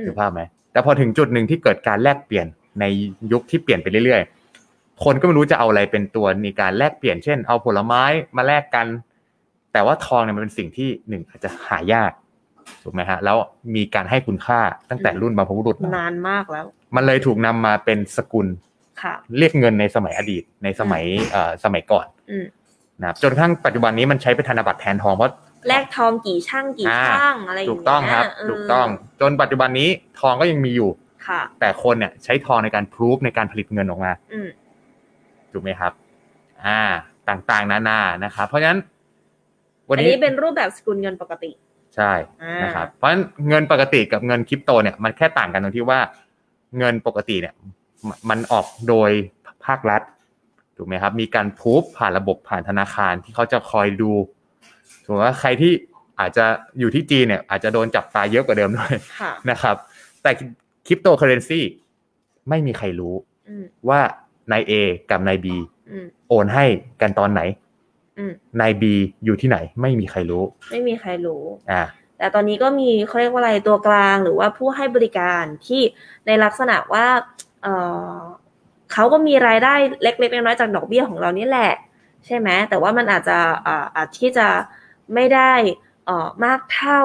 S2: ม
S1: ถูกภาพไหมแต่พอถึงจุดหนึ่งที่เกิดการแลกเปลี่ยนในยุคที่เปลี่ยนไปเรื่อยๆ คนก็ไม่รู้จะเอาอะไรเป็นตัวในการแลกเปลี่ยน เช่น เอาผลไม้มาแลกกัน แต่ว่าทองเนี่ยมันเป็นสิ่งที่หนึ่งอาจจะหายากถูกไหมฮะ แล้วมีการให้คุณค่าตั้งแต่รุ่นบรรพบุรุษมาน
S2: านมากแล้ว
S1: มันเลยถูกนำมาเป็นสกุล
S2: ค่ะ
S1: เรียกเงินในสมัยอดีตในสมัยเอ่อสมัยก่อน
S2: อืม
S1: นะครับจนกระทั่งปัจจุบันนี้มันใช้เป็นธนบัตรแทนทองเพราะ
S2: แลกทองกี่ช่างกี่
S1: อ่า
S2: ช่างอะไรอย่าง
S1: ถูก
S2: เงี้ย
S1: ต้องครับ
S2: เ
S1: ถูกต้องจนปัจจุบันนี้ทองก็ยังมีอยู่
S2: ค่ะ
S1: แต่คนเนี่ยใช้ทองในการพรูฟในการผลิตเงินออกมา
S2: อืม
S1: ถูกไหมครับ อ่า ต่างๆ นานา นะครับ เพราะฉะนั้น วั
S2: อั
S1: น
S2: น
S1: นี้
S2: นี้เป็นรูปแบบสกุลเงินปกติ
S1: ใช่
S2: อ่า
S1: นะครับ เพราะฉะนั้นเงินปกติกับเงินคริปโตเนี่ยมันแค่ต่างกันตรงที่ว่า เงินปกติเนี่ยมมันออกโดยภาครัฐ ถูกไหมครับ มีการพูฟผ่านระบบผ่านธนาคารที่เขาจะคอยดู ถูกไหมว่าใครที่อาจจะอยู่ที่จีนเนี่ย อาจจะโดนจับตาเยอะกว่าเดิมด้วย
S2: ค่ะ
S1: นะครับ แต่คริปโตเคอเรนซีไม่มีใครรู้
S2: อืม
S1: ว่านาย A กับนาย B
S2: อืม
S1: โอนให้กันตอนไหน
S2: อืม
S1: นายบีอยู่ที่ไหนไม่มีใครรู้
S2: ไม่มีใครรู้
S1: อ่า
S2: แต่ตอนนี้ก็มีเขาเรียกว่าอะไรตัวกลางหรือว่าผู้ให้บริการที่ในลักษณะว่าเออเขาก็มีรายได้เล็กๆน้อยๆจากดอกเบี้ยของเรานี่แหละ ใช่ไหมแต่ว่ามันอาจจะเอ่ออาจที่จะไม่ได้เอ่อมากเท่า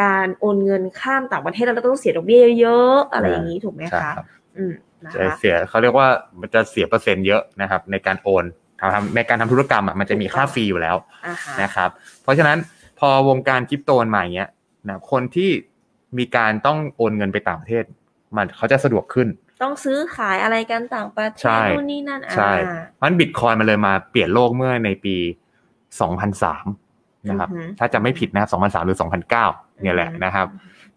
S2: การโอนเงินข้ามต่างประเทศแล้วเราต้องเสียดอกเบี้ยเยอะๆอะไรอย่างนี้ถูกไหม
S1: ใช่
S2: คะ
S1: ครับ
S2: อืมนะ
S1: จะ
S2: คะ
S1: เสียเขาเรียกว่ามันจะเสียเปอร์เซ็นต์เยอะนะครับ ในการโอนทำทำในการทำธุรกรรมอ่ะมันจะมีค่าฟรีอยู่แล้ว
S2: อ่าฮะ
S1: นะครับ เพราะฉะนั้นพอวงการคริปโตมันมาอย่างเงี้ยนะครับคนที่มีการต้องโอนเงินไปต่างประเทศ มันเขาจะสะดวกขึ้น
S2: ต้องซื้อขายอะไรกันต่างประเท
S1: ใช่
S2: ศนู่นนี่นั่นอ่า
S1: ใช่เพราะฉะนั้นบิตคอยมันเลยมาเปลี่ยนโลกเมื่อในปี 2003 นะครับ
S2: อือฮึ
S1: ถ้าจะไม่ผิดนะครับ2003 หรือ 2009 เนี่ยแหละนะครับ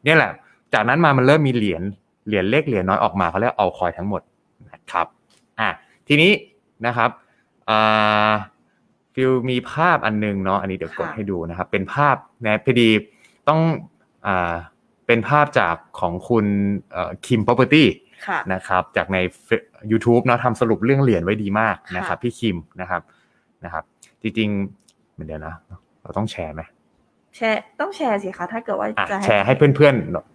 S1: เนี่ยแหละ จากนั้นมามันเริ่มมีเหรียญ เหรียญเล็กเหรียญน้อยออกมาเขาเรียกเอาคอยทั้งหมดนะครับ อ่ะ ทีนี้นะครับอ่าฟิลมีภาพอันหนึงเนาะ อันนี้เดี๋ยวกดให้ดูนะครับ เป็นภาพนะพอดีต้องอ่าเป็นภาพจากของคุณคิม property
S2: ค่ะ
S1: นะครับจากใน Fe- YouTube เนาะทำสรุปเรื่องเหรียญไว้ดีมาก
S2: ค่ะ
S1: นะครับ พี่คิมนะครับนะครับ จริงๆเดี๋ยวนะ เราต้องแชร์ไหม
S2: แชร์ต้องแชร์สิคะถ้าเกิดว่า
S1: อ่ะ
S2: จะ
S1: แชร์ให้เพื่อนๆหน่อย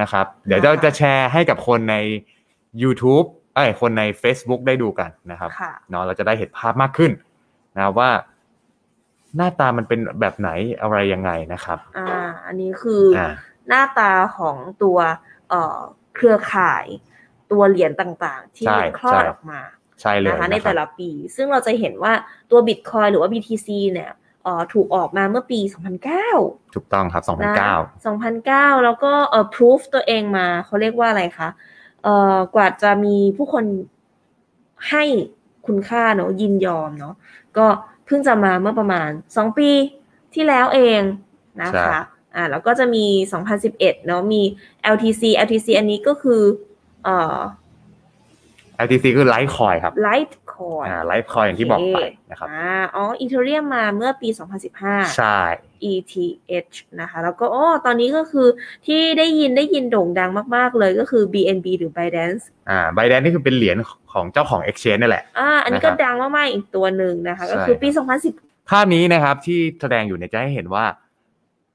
S1: นะครับ เดี๋ยว
S2: ได้
S1: เรา
S2: ค่ะ
S1: จะแชร์ให้กับคนใน YouTube เอ้ยคนใน Facebook ได้ดูกันนะครับ
S2: ค่ะ
S1: เนาะเราจะได้เห็นภาพมากขึ้นนะครับว่า หน้าตามันเป็นแบบไหนอะไรยังไงนะครับ
S2: อ่าอันนี้คืออา หน้าตาของตัวเอ่อเครือข่าย ตัวเหรียญต่างๆ ที่
S1: ใช่
S2: คลอด
S1: ใช่
S2: ออกมา
S1: ใช่เลย
S2: นะคะใน
S1: นะครับ
S2: แต่ละปี ซึ่งเราจะเห็นว่าตัว Bitcoin หรือว่า BTC เนี่ยเอ่อถูกออกมาเมื่อปี 2009น
S1: ถูกต้องครับ
S2: ะ
S1: 2009
S2: 2009 แล้วก็เอ่อ proof ตัวเองมา เขาเรียกว่าอะไรคะเอ่อกว่าจะมีผู้คนให้คุณค่าเนาะยินยอมเนาะก็เพิ่งจะมาเมื่อประมาณ 2 ปีที่แล้วเองนะ
S1: ใช่
S2: คะอ่าแล้วก็จะมี 2011เนาะมี LTC LTC อันนี้ก็คือเอ่อ
S1: LTC คือไลท์คอยครับ
S2: Litecoin
S1: อ่าไลท์คอยอย่างที่บอกไปนะครับ
S2: อ่าอ๋ออีเทเรียมมาเมื่อปี
S1: ใช่
S2: 2015 ETH นะคะ แล้วก็อ๋อตอนนี้ก็คือที่ได้ยินได้ยินโด่งดังมาก ๆ เลยก็คือ BNB หรือ Binance
S1: อ่าใบแดนนี่คือเป็นเหรียญของเจ้าของ Exchange นั่นแหละ
S2: อ่า อันนี้ก็
S1: นะครับ
S2: ดังมาก ๆ อีกตัวหนึ่งนะคะ ก็คือ
S1: ใช่
S2: ปี
S1: ภาพนี้นะครับที่แสดงอยู่เนี่ยจะให้เห็นว่า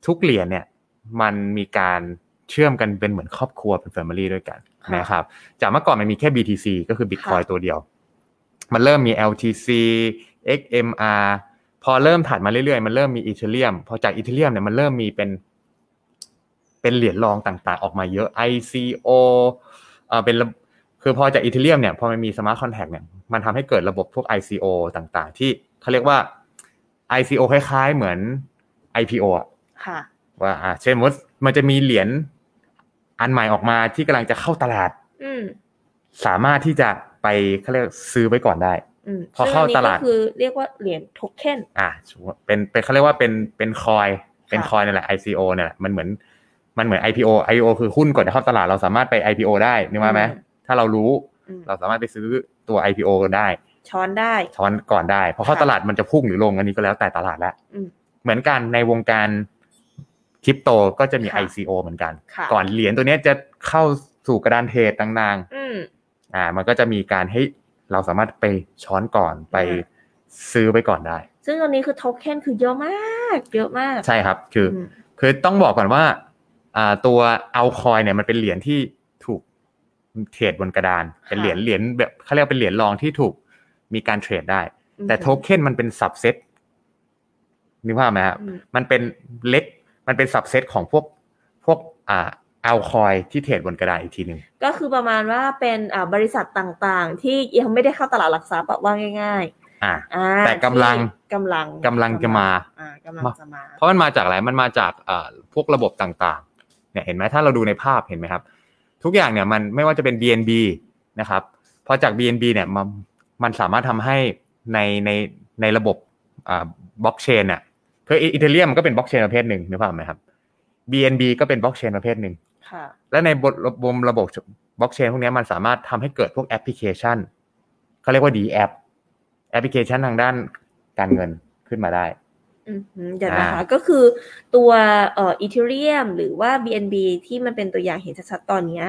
S1: ทุกเหรียญเนี่ยมันมีการเชื่อมกันเป็นเหมือนครอบครัวเป็น Family ด้วยกัน
S2: ค่ะ
S1: นะครับจากเมื่อก่อนมันมีแค่ BTC ก็คือ Bitcoin
S2: ค่ะ
S1: ตัวเดียว มันเริ่มมี LTC XMR พอเริ่มถัดมาเรื่อยๆ มันเริ่มมีอีเทเรียมพอจากอีเทเรียมเนี่ยมันเริ่มมีเป็น เป็นเหรียญรองต่างๆ ออกมาเยอะ ICO เอ่อเป็นระคือพอจากอีเทเรียมเนี่ยพอมันมีสมาร์ทคอนแท t เนี่ยมันทำให้เกิดระบบพวก ICO ต่างๆ ที่เขาเรียกว่า ICO คล้ายๆ เหมือน IPO อะ
S2: 2015 ค่ะ
S1: ว่าอ่ะเช่นว่ามันจะมีเหรียญอันใหม่ออกมาที่กำลังจะเข้าตลาด
S2: อืม
S1: สามารถที่จะไปเขาเรียกซื้อไว้ก่อนได้
S2: อืม
S1: พอเข้า
S2: ซึ่งนนี้
S1: ตลาด
S2: ก็คือเรียกว่าเหรียญโทเค็น
S1: อ่ะเป็นเป็นเขาเรียกว่าเป็นเป็นคอยเป็น
S2: ค่ะ
S1: คอยนั่นแหละ ICO เนี่ยแหละมันเหมือนมันเหมือน IPO IPO คือหุ้นก่อนจะเข้าตลาดเราสามารถไป IPO ได้นึกว่าไหมถ้าเรารู้
S2: อืม
S1: เราสามารถไปซื้อตัว IPO ได้
S2: ช้อนได้
S1: ช้อนก่อนได้เพราะเข้า
S2: ค่ะ
S1: ตลาดมันจะพุ่งหรือลงอันนี้ก็แล้วแต่ตลาดละ
S2: อืม
S1: เหมือนกันในวงการคริปโตก็จะมี
S2: ค่ะ
S1: ICO เหมือนกัน
S2: ค่ะ
S1: ก่อนเหรียญตัวเนี้ยจะเข้าสู่กระดานเทรดต่าง
S2: อืม
S1: ๆอ่า มันก็จะมีการให้เราสามารถไปช้อนก่อนไป
S2: อ่า
S1: ซื้อไปก่อนได้
S2: ซึ่งตอนนี้คือโทเค็นคือเยอะมาก เยอะมาก
S1: ใช่ครับ คืออ
S2: อืม
S1: คือต้องบอกก่อนว่าอ่าตัวเอาคอยเนี่ยมันเป็นเหรียญที่ถูกเทรดบนกระดาน เป็นเหรียญเหรียญแบบเขาเรียกว่าเป็นเหรียญรองที่ถูกมีการเทรดได้ แต่โทเค็นมันเป็นสับเซตนึกภาพไหมครับ
S2: อืม
S1: มันเป็นเล็กมันเป็นสับเซตของพวกพวกอ่าเอาคอยที่เทรดบนกระดานอีกทีหนึ่ง
S2: ก็คือประมาณว่าเป็นอ่าบริษัทต่างๆ ที่ยังไม่ได้เข้าตลาดหลักทรัพย์อะว่าง่าย
S1: อ่า
S2: ๆอ่า
S1: แต่กำลัง
S2: ที่กำลัง
S1: กำลังจะมา
S2: อ่ากำลังจะมา
S1: เพราะมันมาจากอะไร มันมาจากอ่าพวกระบบต่างๆ เนี่ยเห็นไหมถ้าเราดูในภาพเห็นไหมครับ ทุกอย่างเนี่ยมันไม่ว่าจะเป็น BNB นะครับ พอจาก BNB เนี่ยมันมันสามารถทำให้ในในในระบบอ่าบล็อกเชนอ่ะคืออีเทเรียมมันก็เป็นบล็อกเชนประเภทหนึ่งนึกภาพไหมครับ BNB ก็เป็นบล็อกเชนประเภทหนึ่ง
S2: ค่ะ
S1: และในบทระบบระบบบล็อกเชนพวกเนี้ยมันสามารถทำให้เกิดพวกแอปพลิเคชันเขาเรียกว่าดีแอปแอปพลิเคชันทางด้านการเงินขึ้นมาได้
S2: อืมหืมเดี๋ยวนะคะ
S1: อ่า
S2: ก็คือตัวเอ่ออีเทเรียมหรือว่า BNB ที่มันเป็นตัวอย่างเห็นชัดๆตอนเนี้ย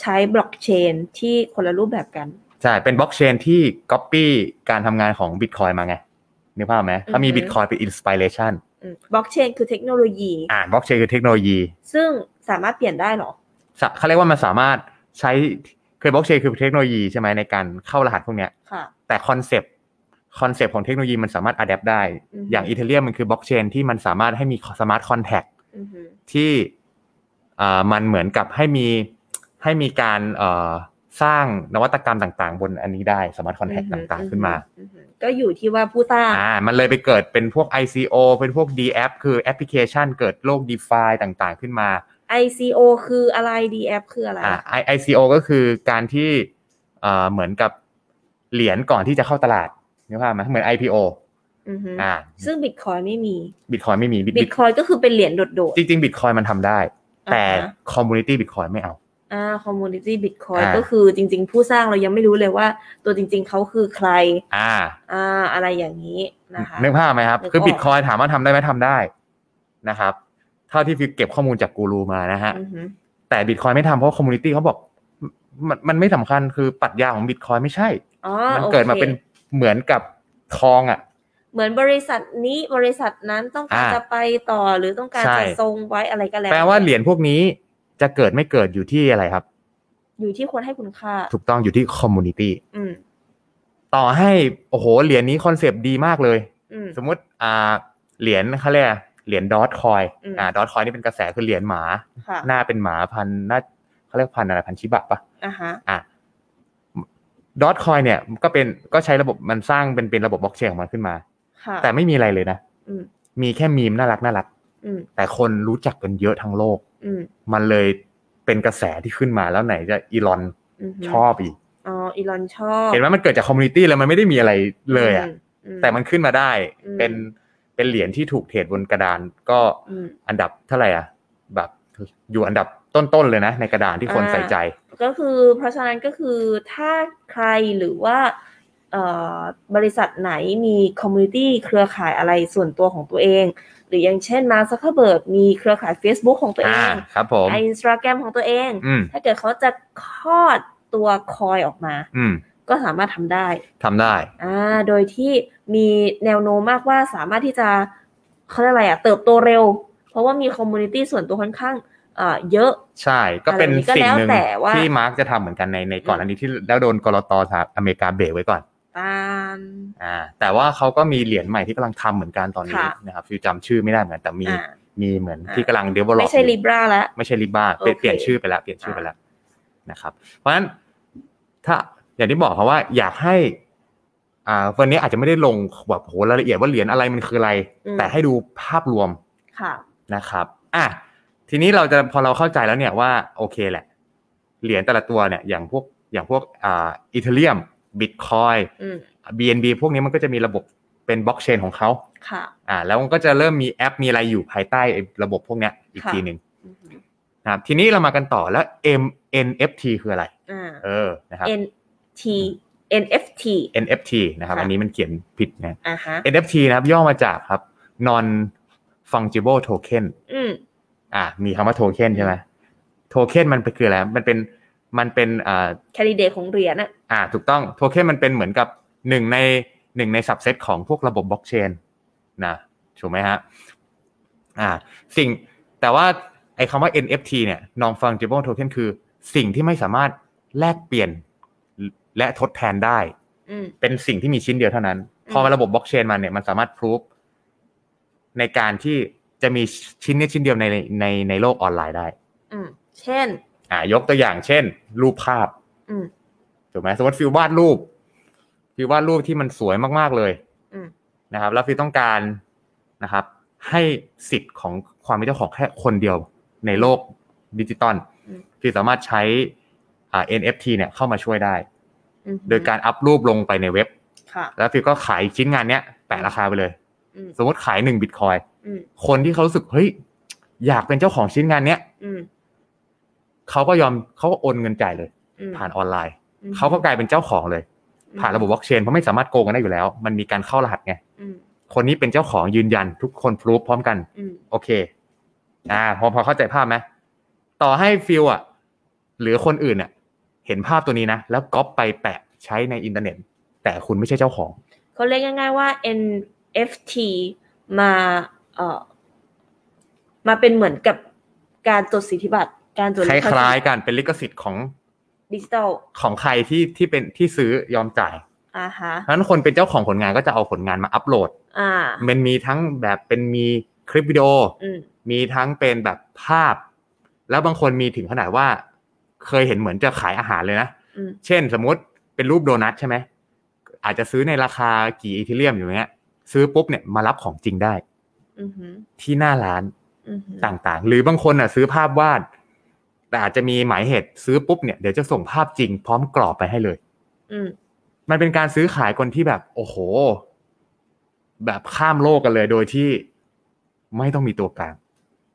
S2: ใช้บล็อกเชนที่คนละรูปแบบกัน
S1: ใช่ เป็นบล็อกเชนที่ก๊อปปี้การทำงานของบิตคอยมาไงนึกภาพไหมเขามี
S2: อือฮึ
S1: บิตคอยเป็นอินสปิเรชัน
S2: บล็อกเชนคือเทคโนโลยี
S1: อ่าบล็อกเชนคือเทคโนโลยี
S2: ซึ่งสามารถเปลี่ยนได้เหรอ
S1: สะเขาเรียกว่ามันสามารถใช้เคยบล็อกเชนคือเทคโนโลยีใช่ไหมในการเข้ารหัสพวกเนี้ย
S2: ค่ะ
S1: แต่คอนเซปต์คอนเซปต์ของเทคโนโลยีมันสามารถอัดแอปได้
S2: อือฮึ
S1: อย่างอีเทเรียมมันคือบล็อกเชนที่มันสามารถให้มีสมาร์ทคอนแทค
S2: อือหือ
S1: ที่อ่ามันเหมือนกับให้มีให้มีการเอ่อสร้างนวัตกรรมต่างๆ บนอันนี้ได้สมาร์ทคอนแทค
S2: หื
S1: ต่างๆ ขึ้นมา
S2: อือหือก็อยู่ที่ว่าผู้สร้าง
S1: อ่า มันเลยไปเกิดเป็นพวก ICO เป็นพวก d a p คือแอปพลิเคชันเกิดโลก d e f i ต่างๆ ขึ้นมา
S2: ICO คืออะไร DF คืออะไร
S1: อ่า I- ICO ก็คือการที่เอ่อเหมือนกับเหรียญก่อนที่จะเข้าตลาดนึกภาพไหมเหมือน IPO
S2: อือฮึ
S1: อ่า
S2: ซึ่ง Bitcoin ไม่มี
S1: บิตคอยไม่มี Bit- Bit-
S2: Bitcoin ก็คือเป็นเหรียญโดด
S1: จริงๆบิตคอยมันทำได้ แต่
S2: อ่าฮะ
S1: คอมมูนิตี้บิตคอยไม่เอา
S2: ๆอ่า Community Bitcoin
S1: อ่า
S2: ก็คือจริง ๆ ผู้สร้างเรายังไม่รู้เลยว่า ตัวจริง ๆเขาคือใคร
S1: อ่า
S2: อ่า อะไรอย่างนี้นะคะ
S1: นึกภาพไหมครับ
S2: นึกออก
S1: คือบิตคอยถามว่าทำได้ไหมทำได้นะครับ เท่าที่ฟิวเก็บข้อมูลจากกูรูมานะฮะ
S2: อือฮึ
S1: แต่บิตคอยไม่ทำเพราะคอมมูนิตี้เขาบอกมันมันไม่สำคัญคือปรัชญาของบิตคอยไม่ใช่
S2: อ๋อ
S1: มัน
S2: โอค
S1: เกิดมาเป็นเหมือนกับทองอ่ะ
S2: เหมือนบริษัทนี้บริษัทนั้นต้องการ
S1: อ่า
S2: จะไปต่อหรือต้องการ
S1: ใช่
S2: จะทรงไว้อะไรก็แล้ว
S1: แปลว่าเหรียญพวกนี้จะเกิดไม่เกิดอยู่ที่อะไรครับ
S2: อยู่ที่คนให้คุณค่า
S1: ถูกต้องอยู่ที่คอมมูนิตี้
S2: อืม
S1: ต่อให้โอ้โหเหรียญนี้คอนเซปต์ดีมากเลย
S2: อืม
S1: สมมติอ่า เหรียญเขาเรียกอะไรเหรียญดอทคอย
S2: อืม
S1: อ่าดอทคอยนี่เป็นกระแสคือเหรียญหมา
S2: ค่ะ
S1: หน้าเป็นหมาพันธุ์หน้าเขาเรียกพันธุ์อะไรพันธุ์ชิบะปะ
S2: อ่ะฮะ
S1: อ่ะดอทคอยเนี่ยก็เป็นก็ใช้ระบบมันสร้างเป็นเป็นระบบบล็อกเชนของมันขึ้นมา
S2: ค่ะ
S1: แต่ไม่มีอะไรเลยนะ
S2: อืม
S1: มีแค่มีมน่ารักน่ารัก
S2: อืม
S1: แต่คนรู้จักกันเยอะทั้งโลก
S2: อืม
S1: มันเลยเป็นกระแสที่ขึ้นมาแล้วไหนจะอีลอน
S2: อืม
S1: ชอบอีก
S2: อ๋ออีลอนชอบ
S1: เห็นไหมมันเกิดจากคอมมูนิตี้แล้วมันไม่ได้มีอะไรเลยอ่ะ
S2: มม
S1: แต่มันขึ้นมาได้
S2: อืม
S1: เป็นเป็นเหรียญที่ถูกเทรดบนกระดานก็
S2: อืม
S1: อันดับเท่าไหร่อ่ะ แบบอยู่อันดับต้นๆเลยนะ ในกระดานที่คน
S2: อ่า
S1: ใส่ใจ
S2: ก็คือเพราะฉะนั้นก็คือถ้าใครหรือว่าเอ่อบริษัทไหนมีคอมมูนิตี้เครือข่ายอะไรส่วนตัวของตัวเอง หรืออย่างเช่นมาซักเคเบิร์มีเครือข่าย Facebook ของตัวเอ
S1: อ่างครับ ผม
S2: อินสตาแกรมของตัวเอง
S1: อืม
S2: ถ้าเกิดเขาจะคลอดตัวคอยออกมา
S1: อืม
S2: ก็สามารถทำได้
S1: ทำได้
S2: อ่าโดยที่มีแนวโน้มมากว่าสามารถที่จะเขาเรียกอะไรอะเติบโตเร็ว เพราะว่ามีคอมมูนิตี้ส่วนตัวค่อนข้างเอ่อเยอะ
S1: ใช่ ก็เป็น
S2: อะไรแบบนี้ก็
S1: สิ่ง
S2: แล้ว
S1: หนึ่ง
S2: แต่ว่า
S1: ที่มาร์กจะทำเหมือนกันในในก่อนอันนี้ที่แล้วโดนกรตสหรัฐอเมริกาเบรกไว้ก่อน
S2: ตาม
S1: อ่า แต่ว่าเขาก็มีเหรียญใหม่ที่กำลังทำเหมือนกันตอนนี้
S2: ค่ะ
S1: นะครับฟิวจำชื่อไม่ได้เหมือนกันแต่มี
S2: อ่า
S1: มีเหมือน
S2: อ่า
S1: ที่กำลังเดเวลลอป
S2: ไม่ใช่ Libra แล้ว
S1: ไม่ใช่ลิบ้าเปลี่ยน
S2: โอเค
S1: เปลี่ยนชื่อไปแล้วเปลี่ยนชื่อไปแล้วนะครับ เพราะฉะนั้นถ้าอย่างที่บอกเพราะว่าอยากให้ อ่า วันนี้อาจจะไม่ได้ลงแบบโหรายละเอียดว่าเหรียญอะไรมันคืออะไร
S2: อืม
S1: แต่ให้ดูภาพรวม
S2: ค่ะ
S1: นะครับ อ่ะ ทีนี้เราจะพอเราเข้าใจแล้วเนี่ยว่าโอเคแหละ เหรียญแต่ละตัวเนี่ยอย่างพวกอย่างพวกอ่าอีเทเรียมบิตคอย
S2: อืม
S1: BNB พวกนี้มันก็จะมีระบบเป็นบล็อกเชนของเขา
S2: ค่ะ
S1: อ่า แล้วมันก็จะเริ่มมีแอปมีอะไรอยู่ภายใต้ไอ้ระบบพวกเนี้ยอีก
S2: ค่ะ
S1: ทีหนึ่ง
S2: อือหือ
S1: นะครับ ทีนี้เรามากันต่อแล้ว MNFT คืออะไร
S2: อ่า
S1: เออ นะครับ
S2: N T N F T
S1: NFT นะครับ
S2: ค่ะ
S1: อันนี้มันเขียนผิดนะ
S2: อ่าฮะ
S1: NFT นะครับย่อมาจากครับ non fungible token
S2: อืม
S1: อ่ะมีคำว่าโทเค็นใช่ไหมโทเค็นมันเป็นคืออะไรมันเป็นมันเป็นอ่า
S2: candidate ของเหรียญอ่ะ
S1: อ่าถูกต้องโทเค็นมันเป็นเหมือนกับหนึ่งในหนึ่งในสับเซตของพวกระบบบล็อกเชนนะถูกไหมฮะอ่าสิ่งแต่ว่าไอ้คำว่า NFT เนี่ย non fungible token คือสิ่งที่ไม่สามารถแลกเปลี่ยนและทดแทนได้
S2: อืม
S1: เป็นสิ่งที่มีชิ้นเดียวเท่านั้น
S2: อืม
S1: พอระบบบล็อกเชนมันเนี่ยมันสามารถพ o ู f ในการที่จะมีชิ้นเนี้ชิ้นเดียวในในในโลกออนไลน์ได้
S2: อืม เช่น
S1: อ่ายกตัวอย่างเช่น รูปภาพ
S2: อืม
S1: ถูกไหมสมมติฟิววาดรูป ฟิววาดรูปที่มันสวยมาก ๆ เลย
S2: อืม
S1: นะครับ แล้วฟิวต้องการนะครับ ให้สิทธิ์ของความเป็นเจ้าของแค่คนเดียวในโลกดิจิตอล
S2: อืม
S1: ฟิวสามารถใช้อ่า NFT เนี่ยเข้ามาช่วยได้
S2: อืม
S1: โดยการอัพรูปลงไปในเว็บ
S2: ค่ะ
S1: แล้วฟิวก็ขายชิ้นงานเนี้ยแปะราคาไปเลย
S2: อืม
S1: สมมติขายหนึ่งบิตคอย
S2: อืม
S1: คนที่เขารู้สึกเฮ้ยอยากเป็นเจ้าของชิ้นงานเนี้ย
S2: อืม
S1: เขาก็ยอมเขาก็โอนเงินจ่ายเลย
S2: อืม
S1: ผ่านออนไลน์
S2: อืม
S1: เขาก็กลายเป็นเจ้าของเลย ผ่านระบบบล็อกเชนเพราะไม่สามารถโกงกันได้อยู่แล้ว มันมีการเข้ารหัสไง
S2: อืม
S1: คนนี้เป็นเจ้าของยืนยันทุกคนพรูฟพร้อมกัน
S2: อืม
S1: โอเค อ่า พอพอเข้าใจภาพไหมต่อให้ฟิลอ่ะ หรือคนอื่นอ่ะ เห็นภาพตัวนี้นะ แล้วก๊อปไปแปะใช้ในอินเทอร์เน็ต แต่คุณไม่ใช่เจ้าของ
S2: เขาเรียกง่ายๆว่า N F T มาเอ่อมาเป็นเหมือนกับการจดสิทธิบัตร การจด
S1: ค
S2: ลิขสิทธิ์
S1: ล้ายๆกันเป็นลิขสิทธิ์ของ
S2: ดิจิตอล
S1: ของใครที่ที่เป็นที่ซื้อยอมจ่าย
S2: อ่าฮะ
S1: เพราะฉะนั้นคนเป็นเจ้าของผลงานก็จะเอาผลงานมาอัปโหลด
S2: อ่า
S1: มันมีทั้งแบบเป็นมีคลิปวิดีโอ
S2: อืม
S1: มีทั้งเป็นแบบภาพ แล้วบางคนมีถึงขนาดว่า เคยเห็นเหมือนจะขายอาหารเลยนะ
S2: อืม
S1: เช่นสมมติเป็นรูปโดนัทใช่ไหม อาจจะซื้อในราคากี่อีเทเรียมอยู่เนี้ย ซื้อปุ๊บเนี่ยมารับของจริงได้
S2: อืมฮึ
S1: ที่หน้าร้าน
S2: อืมฮึ
S1: ต่างๆ หรือบางคนอ่ะซื้อภาพวาด แต่อาจจะมีหมายเหตุซื้อปุ๊บเนี่ยเดี๋ยวจะส่งภาพจริงพร้อมกรอบไปให้เลย
S2: อืม
S1: มันเป็นการซื้อขายคนที่แบบ โอ้โห แบบข้ามโลกกันเลยโดยที่ไม่ต้องมีตัวกลาง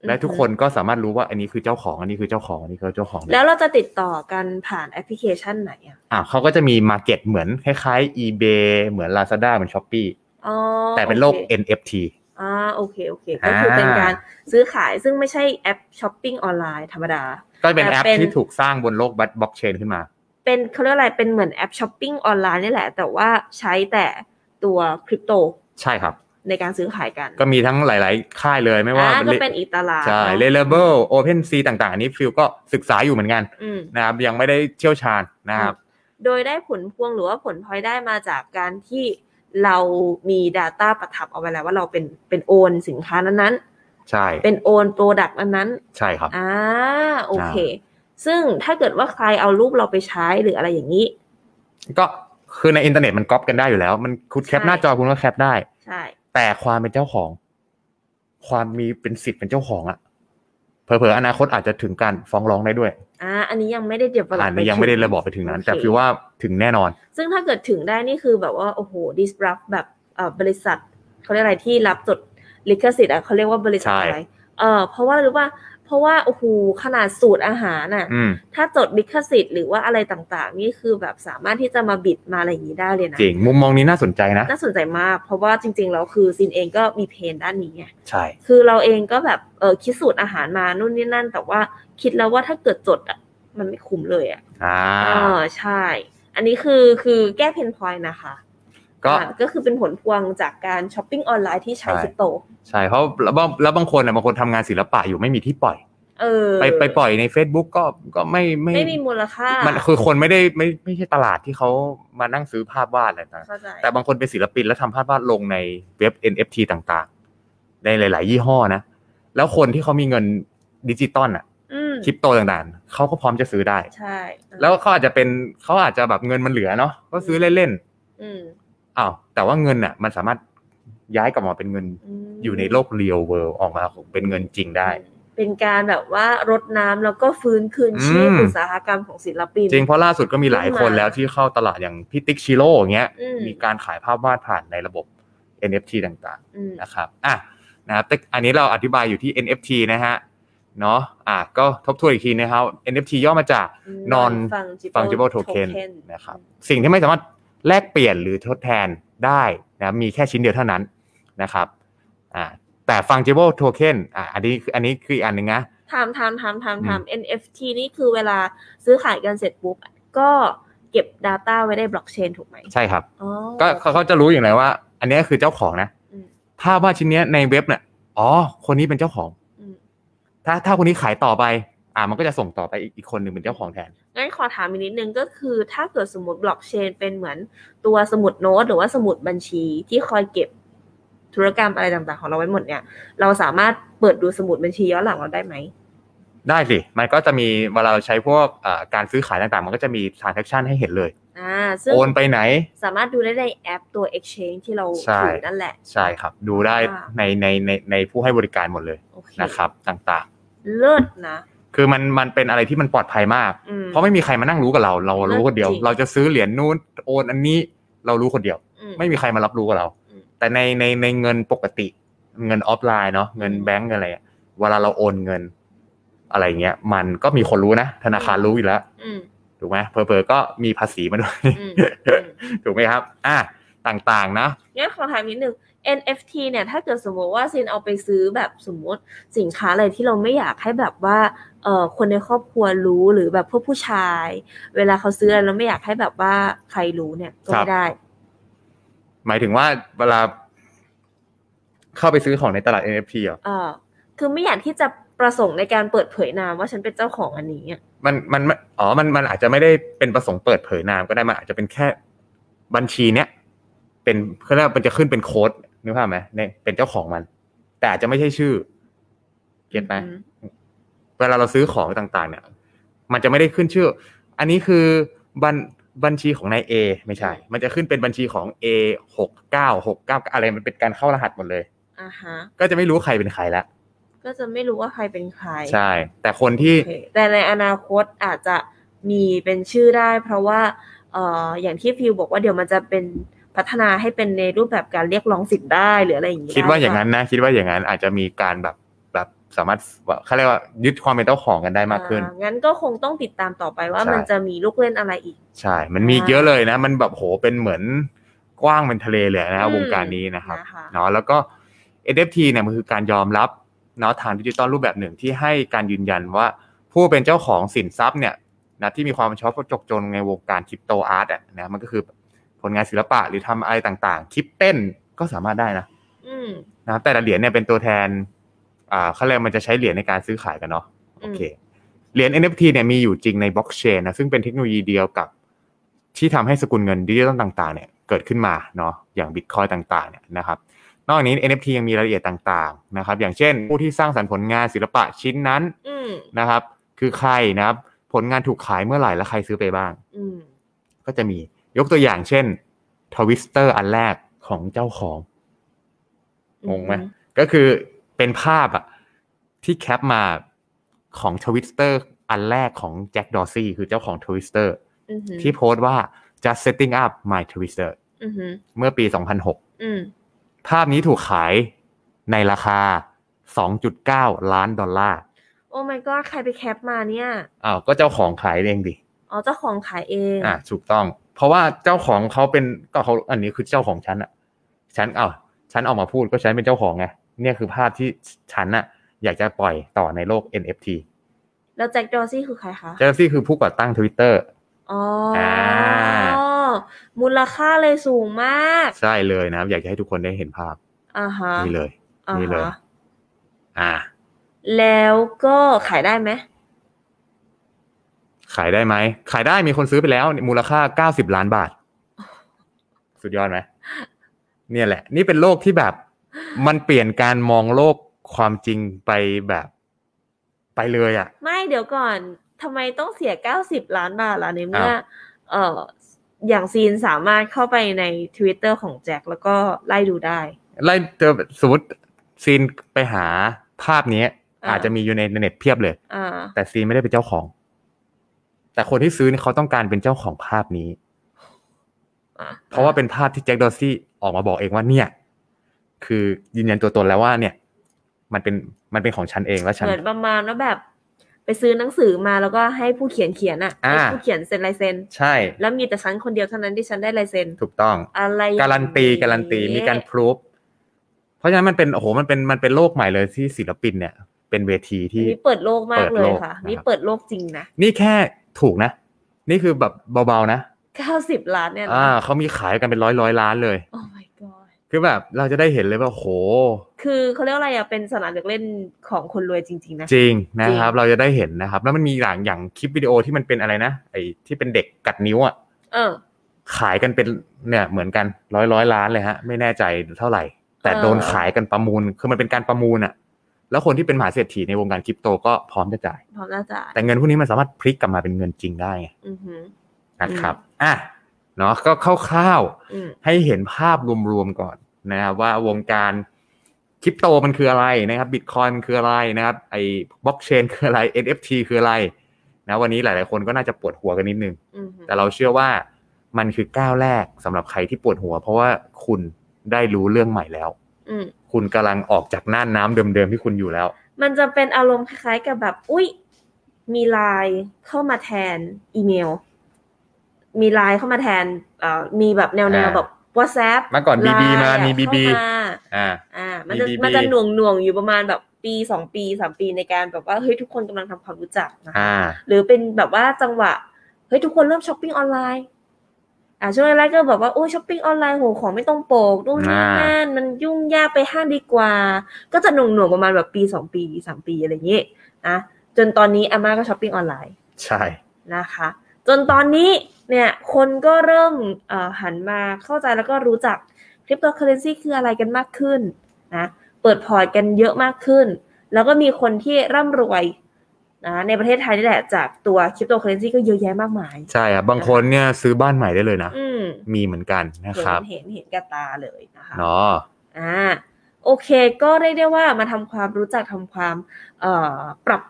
S1: และทุกคนก็สามารถรู้ว่าอันนี้คือเจ้าของ อันนี้คือเจ้าของอันนี้คือเจ้าของ
S2: แล้วเราจะติดต่อกันผ่านแอปพลิเคชันไหนอ่ะ
S1: อ่ะเขาก็จะมีมาเก็ตเหมือนคล้ายๆ eBay เหมือน Lazada เหมือน s h อ p e e
S2: อ๋อ
S1: แต่เป็นโลก
S2: อค
S1: NFT
S2: อ่าโอเค โอเค ก็คือเป็นการซื้อขายซึ่งไม่ใช่แอปช้อปปิ้งออนไลน์ธรรมดา
S1: ก็เป็นแอป
S2: แต่เป็น
S1: ที่ถูกสร้างบนโลกบล็อกเชนขึ้นมา
S2: เป็นเขาเรียกอะไร เป็นเหมือนแอปช้อปปิ้งออนไลน์นี่แหละ แต่ว่าใช้แต่ตัวคริปโต
S1: ใช่ครับ
S2: ในการซื้อขายกัน
S1: ก็มีทั้งหลาย ๆ ค่ายเลยไม่ว่า
S2: อ่ก็เป็นอีกตลาด
S1: ใช่
S2: เนอะ
S1: Reliable Open C ต่าง ๆ อันนี้ฟิลก็ศึกษาอยู่เหมือนกัน
S2: อืม
S1: นะครับ ยังไม่ได้เชี่ยวชาญนะครับ
S2: โดยได้ผลพวงหรือว่าผลพลอยได้มาจากการที่ เรามี Data ประทับเอาไว้แล้วว่าเราเป็นเป็นโอนสินค้านั้น
S1: ใช่
S2: ๆ เป็นโอนโปรดักต์นั้นๆ
S1: ใช่ครับ
S2: อ่าโอเค ซึ่งถ้าเกิดว่าใครเอารูปเราไปใช้หรืออะไรอย่างนี้
S1: ก็คือในอินเทอร์เน็ตมันก๊อปกันได้อยู่แล้ว มันคุณแคป
S2: ใช่
S1: หน้าจอคุณก็แคปได้
S2: ใช่
S1: แต่ความเป็นเจ้าของ ความมีเป็นสิทธิ์เป็นเจ้าของอะเผลอๆอนาคตอาจจะถึงการฟ้องร้องได้ด้วย
S2: อ่าอันนี้ยังไม่ได้เดียบ
S1: อันนี้ยังไม่ได้ระบอกไปถึงนั้น แต่คือว่าถึงแน่นอน
S2: ซึ่งถ้าเกิดถึงได้นี่คือแบบว่าโอ้โห disrupt แบบเอ่อบริษัทเขาเรียกอะไรที่รับจดลิขสิทธิ์อ่ะเขาเรียกว่าบริษัท
S1: ใช่
S2: อะไรเออเพราะว่ารู้ว่าเพราะว่าโอ้โหขนาดสูตรอาหารน่ะ
S1: อืม
S2: ถ้าจดลิขสิทธิ์หรือว่าอะไรต่างๆ นี่คือแบบสามารถที่จะมาบิดมาอะไรอย่างนี้ได้เลยนะ
S1: จริง มุมมองนี้น่าสนใจนะ
S2: น่าสนใจมาก เพราะว่าจริงๆแล้วคือซินเองก็มีเพนด้านนี้ไง
S1: ใช่
S2: คือเราเองก็แบบเออคิดสูตรอาหารมานู่นนี่นั่น แต่ว่าคิดแล้วว่าถ้าเกิดจดอ่ะมันไม่คุ้มเลยอ่ะ
S1: อ่า
S2: เออใช่ อันนี้คือคือแก้เพนพอยต์นะคะ
S1: ก็
S2: อ่ะก็คือเป็นผลพวงจากการช้อปปิ้งออนไลน์ที่ใช้คริปโต
S1: ใช่ เพราะแล้วบางแล้วบางคนอะบางคนทำงานศิลปะอยู่ไม่มีที่ปล่อย
S2: เออ
S1: ไปไปปล่อยใน Facebook ก็ก็ไม่ไม่
S2: ไม่มีมูลค่า
S1: มันคือคนไม่ได้ไม่ไม่ใช่ตลาดที่เขามานั่งซื้อภาพวาดอะไรนะ
S2: เข้าใจ
S1: แต่บางคนเป็นศิลปินแล้วทำภาพวาดลงในเว็บ NFT ต่างๆ ในหลาย ๆ ยี่ห้อนะ แล้วคนที่เขามีเงินดิจิตอลอะ
S2: อืม
S1: คริปโตต่างๆ เขาก็พร้อมจะซื้อได้
S2: ใช่
S1: แล้วเขาอาจจะเป็นเขาอาจจะแบบเงินมันเหลือเนาะก็ซื้อเล่น
S2: อืม
S1: ๆ อ้าว แต่ว่าเงินอ่ะ มันสามารถย้ายกลับมาเป็นเงิน
S2: ม
S1: อยู่ในโลกเรียลเวิลออกมาเป็นเงินจริงได้
S2: เป็นการแบบว่ารดน้ำแล้วก็ฟื้นคืนชีพ
S1: อืม
S2: อุตสาหกรรมของศิลปิน
S1: จริงเพราะล่าสุดก็มีหลายคน
S2: ขึ้นมา
S1: แล้วที่เข้าตลาดอย่างพี่ติ๊กชิโร่อย่างเงี้ย
S2: อืม
S1: มีการขายภาพวาดผ่านในระบบ NFT ต่างๆ
S2: อืม
S1: นะครับ อ่ะ นะครับแต่อันนี้เราอธิบายอยู่ที่ NFT นะฮะ เนาะ อ่ะ ก็ทบทวนอีกทีนะครับ NFT ย่อมาจาก Non
S2: Non-fungible
S1: fungible token
S2: token
S1: นะครับ สิ่งที่ไม่สามารถแลกเปลี่ยนหรือทดแทนได้นะมีแค่ชิ้นเดียวเท่านั้นนะครับ อ่า แต่ fungible token อ่ะ อันนี้คืออันนี้คืออีกอันหนึ่งนะ
S2: ถามถามถามถามถาม NFT นี่คือเวลาซื้อขายกันเสร็จปุ๊บ ก็เก็บ Data ไว้ในบล็อกเชนถูกไหม
S1: ใช่ครับ
S2: อ๋อ
S1: ก็เขาเขาจะรู้อย่างไรว่า อันนี้คือเจ้าของนะ
S2: อืม
S1: ถ้าว่าดชิ้นเนี้ยในเว็บเนี่ยอ๋อ คนนี้เป็นเจ้าของ
S2: อืม
S1: ถ้าถ้าคนนี้ขายต่อไป อ่า มันก็จะส่งต่อไปอีกอีกคนหนึ่งเป็นเจ้าของแทน
S2: งั้นขอถามอีกนิดนึงก็คือถ้าเกิดสมมติบล็อกเชนเป็นเหมือนตัวสมุดโน้ตหรือว่าสมุดบัญชีที่คอยเก็บธุรกรรมอะไรต่างๆ ของเราไว้หมดเนี่ย เราสามารถเปิดดูสมุดบัญชีย้อนหลังเราได้ไหม
S1: ได้สิ มันก็จะมีเวลาเราใช้พวกเอ่อการซื้อขายต่างๆ มันก็จะมี transaction ให้เห็นเลย
S2: อ่า ซึ่ง
S1: โอนไปไหน
S2: สามารถดูได้ในแอปตัว exchange ที่เรา
S1: ใช่
S2: ถือนั่นแหละ
S1: ใช่ครับ ดูได้
S2: อ่า
S1: ในในในในผู้ให้บริการหมดเลย
S2: โอเค
S1: นะครับ ต่าง
S2: เลิศนะ
S1: ๆ คือมันมันเป็นอะไรที่มันปลอดภัยมาก
S2: อืม
S1: เพราะไม่มีใครมานั่งรู้กับเรา เรารู้คนเดียว
S2: จริง
S1: เราจะซื้อเหรียญนู้นโอนอันนี้เรารู้คนเดียว
S2: อื
S1: ไม่มีใครมารับรู้กับเรา
S2: อืม
S1: แต่ในในในเงินปกติ เงินออฟไลน์เนาะ เงินแบงก์เงินอะไรอะเวลาเราโอนเงิน อะไรเงี้ย มันก็มีคนรู้นะ ธนาคารรู้อยู่แล้ว
S2: อืม
S1: ถูกไหมเพอเพอๆก็มีภาษีมาด้วย
S2: อืมอืม
S1: ถูกไหมครับ อ่ะ ต่างๆ นะ
S2: งั้นขอถามนิดนึง NFT เนี่ย ถ้าเกิดสมมติว่าซินเอาไปซื้อแบบสมมติสินค้าอะไรที่เราไม่อยากให้แบบว่าเอ่อคนในครอบครัวรู้หรือแบบพวกผู้ชาย เวลาเขาซื้ออะไรเราไม่อยากให้แบบว่าใครรู้เนี่ยก็
S1: ครั
S2: ไม่
S1: บ
S2: ได้
S1: หมายถึงว่าเวลาเข้าไปซื้อของในตลาด NFT เหรอ่ะ
S2: เอ่อคือไม่อยากที่จะประสงค์ในการเปิดเผยนามว่าฉันเป็นเจ้าของอันนี้อะ
S1: มันมันมันอ๋อ มันมันอาจจะไม่ได้เป็นประสงค์เปิดเผยนามก็ได้ มันอาจจะเป็นแค่บัญชีเนี้ยเป็นเขาเรียกว่ามันจะขึ้นเป็นโค้ดนึกภาพไหมเนี่ยเป็นเจ้าของมัน แต่อาจจะไม่ใช่ชื่อ เก็ตไหม
S2: อืม
S1: เวลาเราซื้อของต่างๆ เนี่ย มันจะไม่ได้ขึ้นชื่อ อันนี้คือบัญบัญชีของนาย A ไม่ใช่ มันจะขึ้นเป็นบัญชีของ A หกเก้าหกเก้าอะไรมันเป็นการเข้ารหัสหมดเลย
S2: อ่าฮะ
S1: ก็จะไม่รู้ใครเป็นใครละ
S2: ก็จะไม่รู้ว่าใครเป็นใคร
S1: ใช่ แต่คนที่
S2: โอเคแต่ในอนาคตอาจจะมีเป็นชื่อได้ เพราะว่าเอ่ออย่างที่ฟิวบอกว่าเดี๋ยวมันจะเป็นพัฒนาให้เป็นในรูปแบบการเรียกร้องสิทธิ์ได้หรืออะไรอย่างนี้
S1: คิดว่าอย่างนั้
S2: นั้น
S1: นนะ คิดว่าอย่างนั้นอาจจะมีการแบบแบบสามารถว่าเขาเรียกว่ายึดความเป็นเจ้าของกันได้มากขึ้น
S2: งั้นก็คงต้องติดตามต่อไปว่า
S1: ใช่
S2: มันจะมีลูกเล่นอะไรอีก
S1: ใช่ มันมี
S2: อ่า
S1: เยอะเลยนะ มันแบบโหเป็นเหมือนกว้างเป็นทะเลเลยนะครับวงการนี้นะครับ
S2: นะคะ
S1: เนาะแล้วก็ NFT เนี่ยมันคือการยอมรับเนาะทางดิจิตอลรูปแบบหนึ่งที่ให้การยืนยันว่า ผู้เป็นเจ้าของสินทรัพย์เนี่ยนะที่มีความชอบจกจนในวงการคริปโตอาร์ตอ่ะนะมันก็คือผลงานศิลปะหรือทำอะไรต่างๆ คลิปเต้นก็สามารถได้นะ
S2: อืม
S1: นะครับแต่ละเหรียญเนี่ยเป็นตัวแทนอ่าเขาเรียกมันจะใช้เหรียญในการซื้อขายกันเนาะโอเคเหรียญ NFT เนี่ยมีอยู่จริงในบล็อกเชนนะซึ่งเป็นเทคโนโลยีเดียวกับที่ทำให้สกุลเงินดิจิตอลต่างๆเนี่ย เกิดขึ้นมาเนาะอย่างบิตคอยต่างๆเนี่ยนะครับ นอกนี้ NFT ยังมีรายละเอียดต่างๆนะครับ อย่างเช่น ผู้ที่สร้างสรรค์ผลงานศิลปะชิ้นนั้น
S2: อืม
S1: นะครับ คือใครนะครับ ผลงานถูกขายเมื่อไหร่และใครซื้อไปบ้าง
S2: อืม
S1: ก็จะมียกตัวอย่างเช่นทวิสเตอร์อันแรกของเจ้าของ งงไหม ก็คือเป็นภาพอะที่แคปมาของทวิสเตอร์อันแรกของแจ็คดอร์ซี่คือเจ้าของทวิสเตอร์
S2: อืม
S1: ที่โพสต์ว่า just setting up my twister
S2: อืม
S1: เมื่อปี
S2: อืม
S1: 2006 ภาพนี้ถูกขายในราคา 2.9 ล้านดอลลาร์
S2: โอ้ my god ใครไปแคปมาเนี่ย
S1: อ้าวก็เจ้าของขายเองดิ
S2: อ๋อเจ้าของขายเอง
S1: อ่ะถูกต้อง เพราะว่าเจ้าของเขาเป็นก็เขาอันนี้คือเจ้าของฉันอะฉันเอาฉันออกมาพูดก็ฉันเป็นเจ้าของไงเนี่ยคือภาพที่ฉันอะอยากจะปล่อยต่อในโลก NFT
S2: แล้วแจ็คดอซี่คือใครคะ
S1: เจฟฟี่คือผู้ก่อตั้ง Twitter
S2: อ๋ออา มูลค่าเลยสูงมาก
S1: ใช่เลยนะครับ อยากจะให้ทุกคนได้เห็นภาพ
S2: อ่าฮะ
S1: นี่เลย
S2: อ่า
S1: นี่เลย
S2: ฮะ
S1: อ่า
S2: แล้วก็ขายได้ไหม
S1: ขายได้ไหม ขายได้มีคนซื้อไปแล้ว มูลค่า 90 ล้านบาท สุดยอดไหมเนี่ยแหละ นี่เป็นโลกที่แบบ มันเปลี่ยนการมองโลกความจริงไปแบบ ไปเลยอะ
S2: ไม่เดี๋ยวก่อนทำไมต้องเสีย 90 ล้านบาทล่ะในเมื่อ
S1: อ้าว
S2: เอ่ออย่างซีนสามารถเข้าไปใน Twitter ของแจ็คแล้วก็ไล่ดูได้
S1: ไล่เจอสมมติซีนไปหาภาพนี้
S2: อ่า
S1: อาจจะมีอยู่ในเน็ตเพียบเลย
S2: อ่า
S1: แต่ซีนไม่ได้เป็นเจ้าของ แต่คนที่ซื้อเนี่ยเขาต้องการเป็นเจ้าของภาพนี้
S2: อ่
S1: เพราะว่าเป็นภาพที่แจ็คดอร์ซี่ออกมาบอกเองว่าเนี่ย คือยืนยันตัวตนแล้วว่าเนี่ย มันเป็นมันเป็นของฉันเองแล้วฉัน
S2: เหมือนประมาณว่าแบบ ไปซื้อหนังสือมาแล้วก็ให้ผู้เขียนเขียนอ่ะ
S1: อ่า
S2: ให้ผู้เขียนเซ็นลายเซ็น
S1: ใช่
S2: แล้วมีแต่ฉันคนเดียวเท่านั้นที่ฉันได้ลายเซ็น
S1: ถูกต้อง
S2: อะไรอย่ง
S1: การันตีการันตีมีการพรูฟเพราะฉะนั้นมันเป็นโอ้โหมันเป็นมันเป็นโลกใหม่เลยที่ศิลปินเนี่ย เป็นเวทีที่
S2: นี่เปิดโลกมากเล
S1: เปิดโล
S2: ย
S1: ก
S2: ค่ะ
S1: นะครับ
S2: นี่เปิดโลกจริงนะ
S1: นี่แค่ถูกนะ นี่คือแบบเบาๆนะ
S2: 90 ล้านเนี่ยนะ
S1: อ่าเขามีขายกันเป็นร้อยร้อยล้านเลย
S2: Oh my god
S1: คือแบบเราจะได้เห็นเลยว่าโห
S2: คือเขาเรียกว่าอะไรอ่ะเป็นสนามเด็กเล่นของคนรวยจริง ๆ นะ
S1: จริงนะครับ
S2: จริง
S1: เราจะได้เห็นนะครับ แล้วมันมีหลางอย่างคลิปวิดีโอที่มันเป็นอะไรนะไอ้ที่เป็นเด็กกัดนิ้วอ่ะ
S2: เออ
S1: ขายกันเป็นเนี่ยเหมือนกันร้อยร้อยล้านเลยฮะ ไม่แน่ใจเท่าไหร่ แต่
S2: เออ
S1: โดนขายกันประมูลคือมันเป็นการประมูลอ่ะ แล้วคนที่เป็นมหาเศรษฐีในวงการคริปโตก็พร้อมจะจ่าย
S2: พร้อมน่าจะ
S1: แต่เงินพวกนี้มันสามารถพลิกกลับมาเป็นเงินจริงได้ไง
S2: อือหือ
S1: นะครับอ่ะเนาะก็คร่าวๆ
S2: อืม
S1: ให้เห็นภาพรวมๆก่อนนะครับว่าวงการคริปโตมันคืออะไรนะครับบิตคอยมันคืออะไรนะครับไอ้บล็อกเชนคืออะไร NFT คืออะไรนะวันนี้หลายๆคนก็น่าจะปวดหัวกันนิดนึง
S2: อือหือ
S1: แต่เราเชื่อว่ามันคือก้าวแรกสำหรับใครที่ปวดหัว เพราะว่าคุณได้รู้เรื่องใหม่แล้ว
S2: อืม
S1: คุณกำลังออกจากน่านน้ำเดิมๆที่คุณอยู่แล้ว
S2: มันจะเป็นอารมณ์คล้ายๆกับแบบ อุ้ยมีไลน์เข้ามาแทนอีเมล มีไลน์เข้ามาแทนเอ่อมีแบบแนวแนว
S1: อ่า
S2: แบบ WhatsApp
S1: เมื่อก่อน BB มา
S2: Line
S1: มี BB
S2: เข้ามา
S1: อ่า
S2: อ่ามันจะ
S1: มี BB
S2: มันจะหน่วงหน่วงๆอยู่ประมาณแบบปีสองปีสามปีในการแบบว่าเฮ้ยทุกคนกำลังทำความรู้จักนะ
S1: อ่า
S2: หรือเป็นแบบว่าจังหวะเฮ้ยทุกคนเริ่มช้อปปิ้งออนไลน์อ่าช่วงแรกๆก็แบบว่าโอ้ยช้อปปิ้งออนไลน์โหของไม่ต้องโปกนู่นนี่
S1: อ่า
S2: นั่นมันยุ่งยากไปห้างดีกว่า ก็จะหน่วงหน่วงๆประมาณแบบปีสองปีสามปีอะไรอย่างเงี้ยนะจนตอนนี้อาม่าก็ช้อปปิ้งออนไลน์
S1: ใช่
S2: นะคะ จนตอนนี้เนี่ยคนก็เริ่มเอ่อหันมาเข้าใจแล้วก็รู้จักคริปโตเคอเรนซีคืออะไรกันมากขึ้นนะเปิดพอร์ตกันเยอะมากขึ้น แล้วก็มีคนที่ร่ำรวยนะในประเทศไทยนี่แหละจากตัวคริปโตเคอเรนซีก็เยอะแยะมากมาย
S1: ใช่ครับบางคนเนี่ยซื้อบ้านใหม่ได้เลยนะ
S2: อืม
S1: มีเหมือนกันนะ
S2: เห็
S1: ครับ
S2: นเห็นเห็นกับตาเลยนะคะ
S1: เนาะ
S2: อ่าโอเคก็เรียกได้ว่ามาทำความรู้จักทำความเอ่อปรับ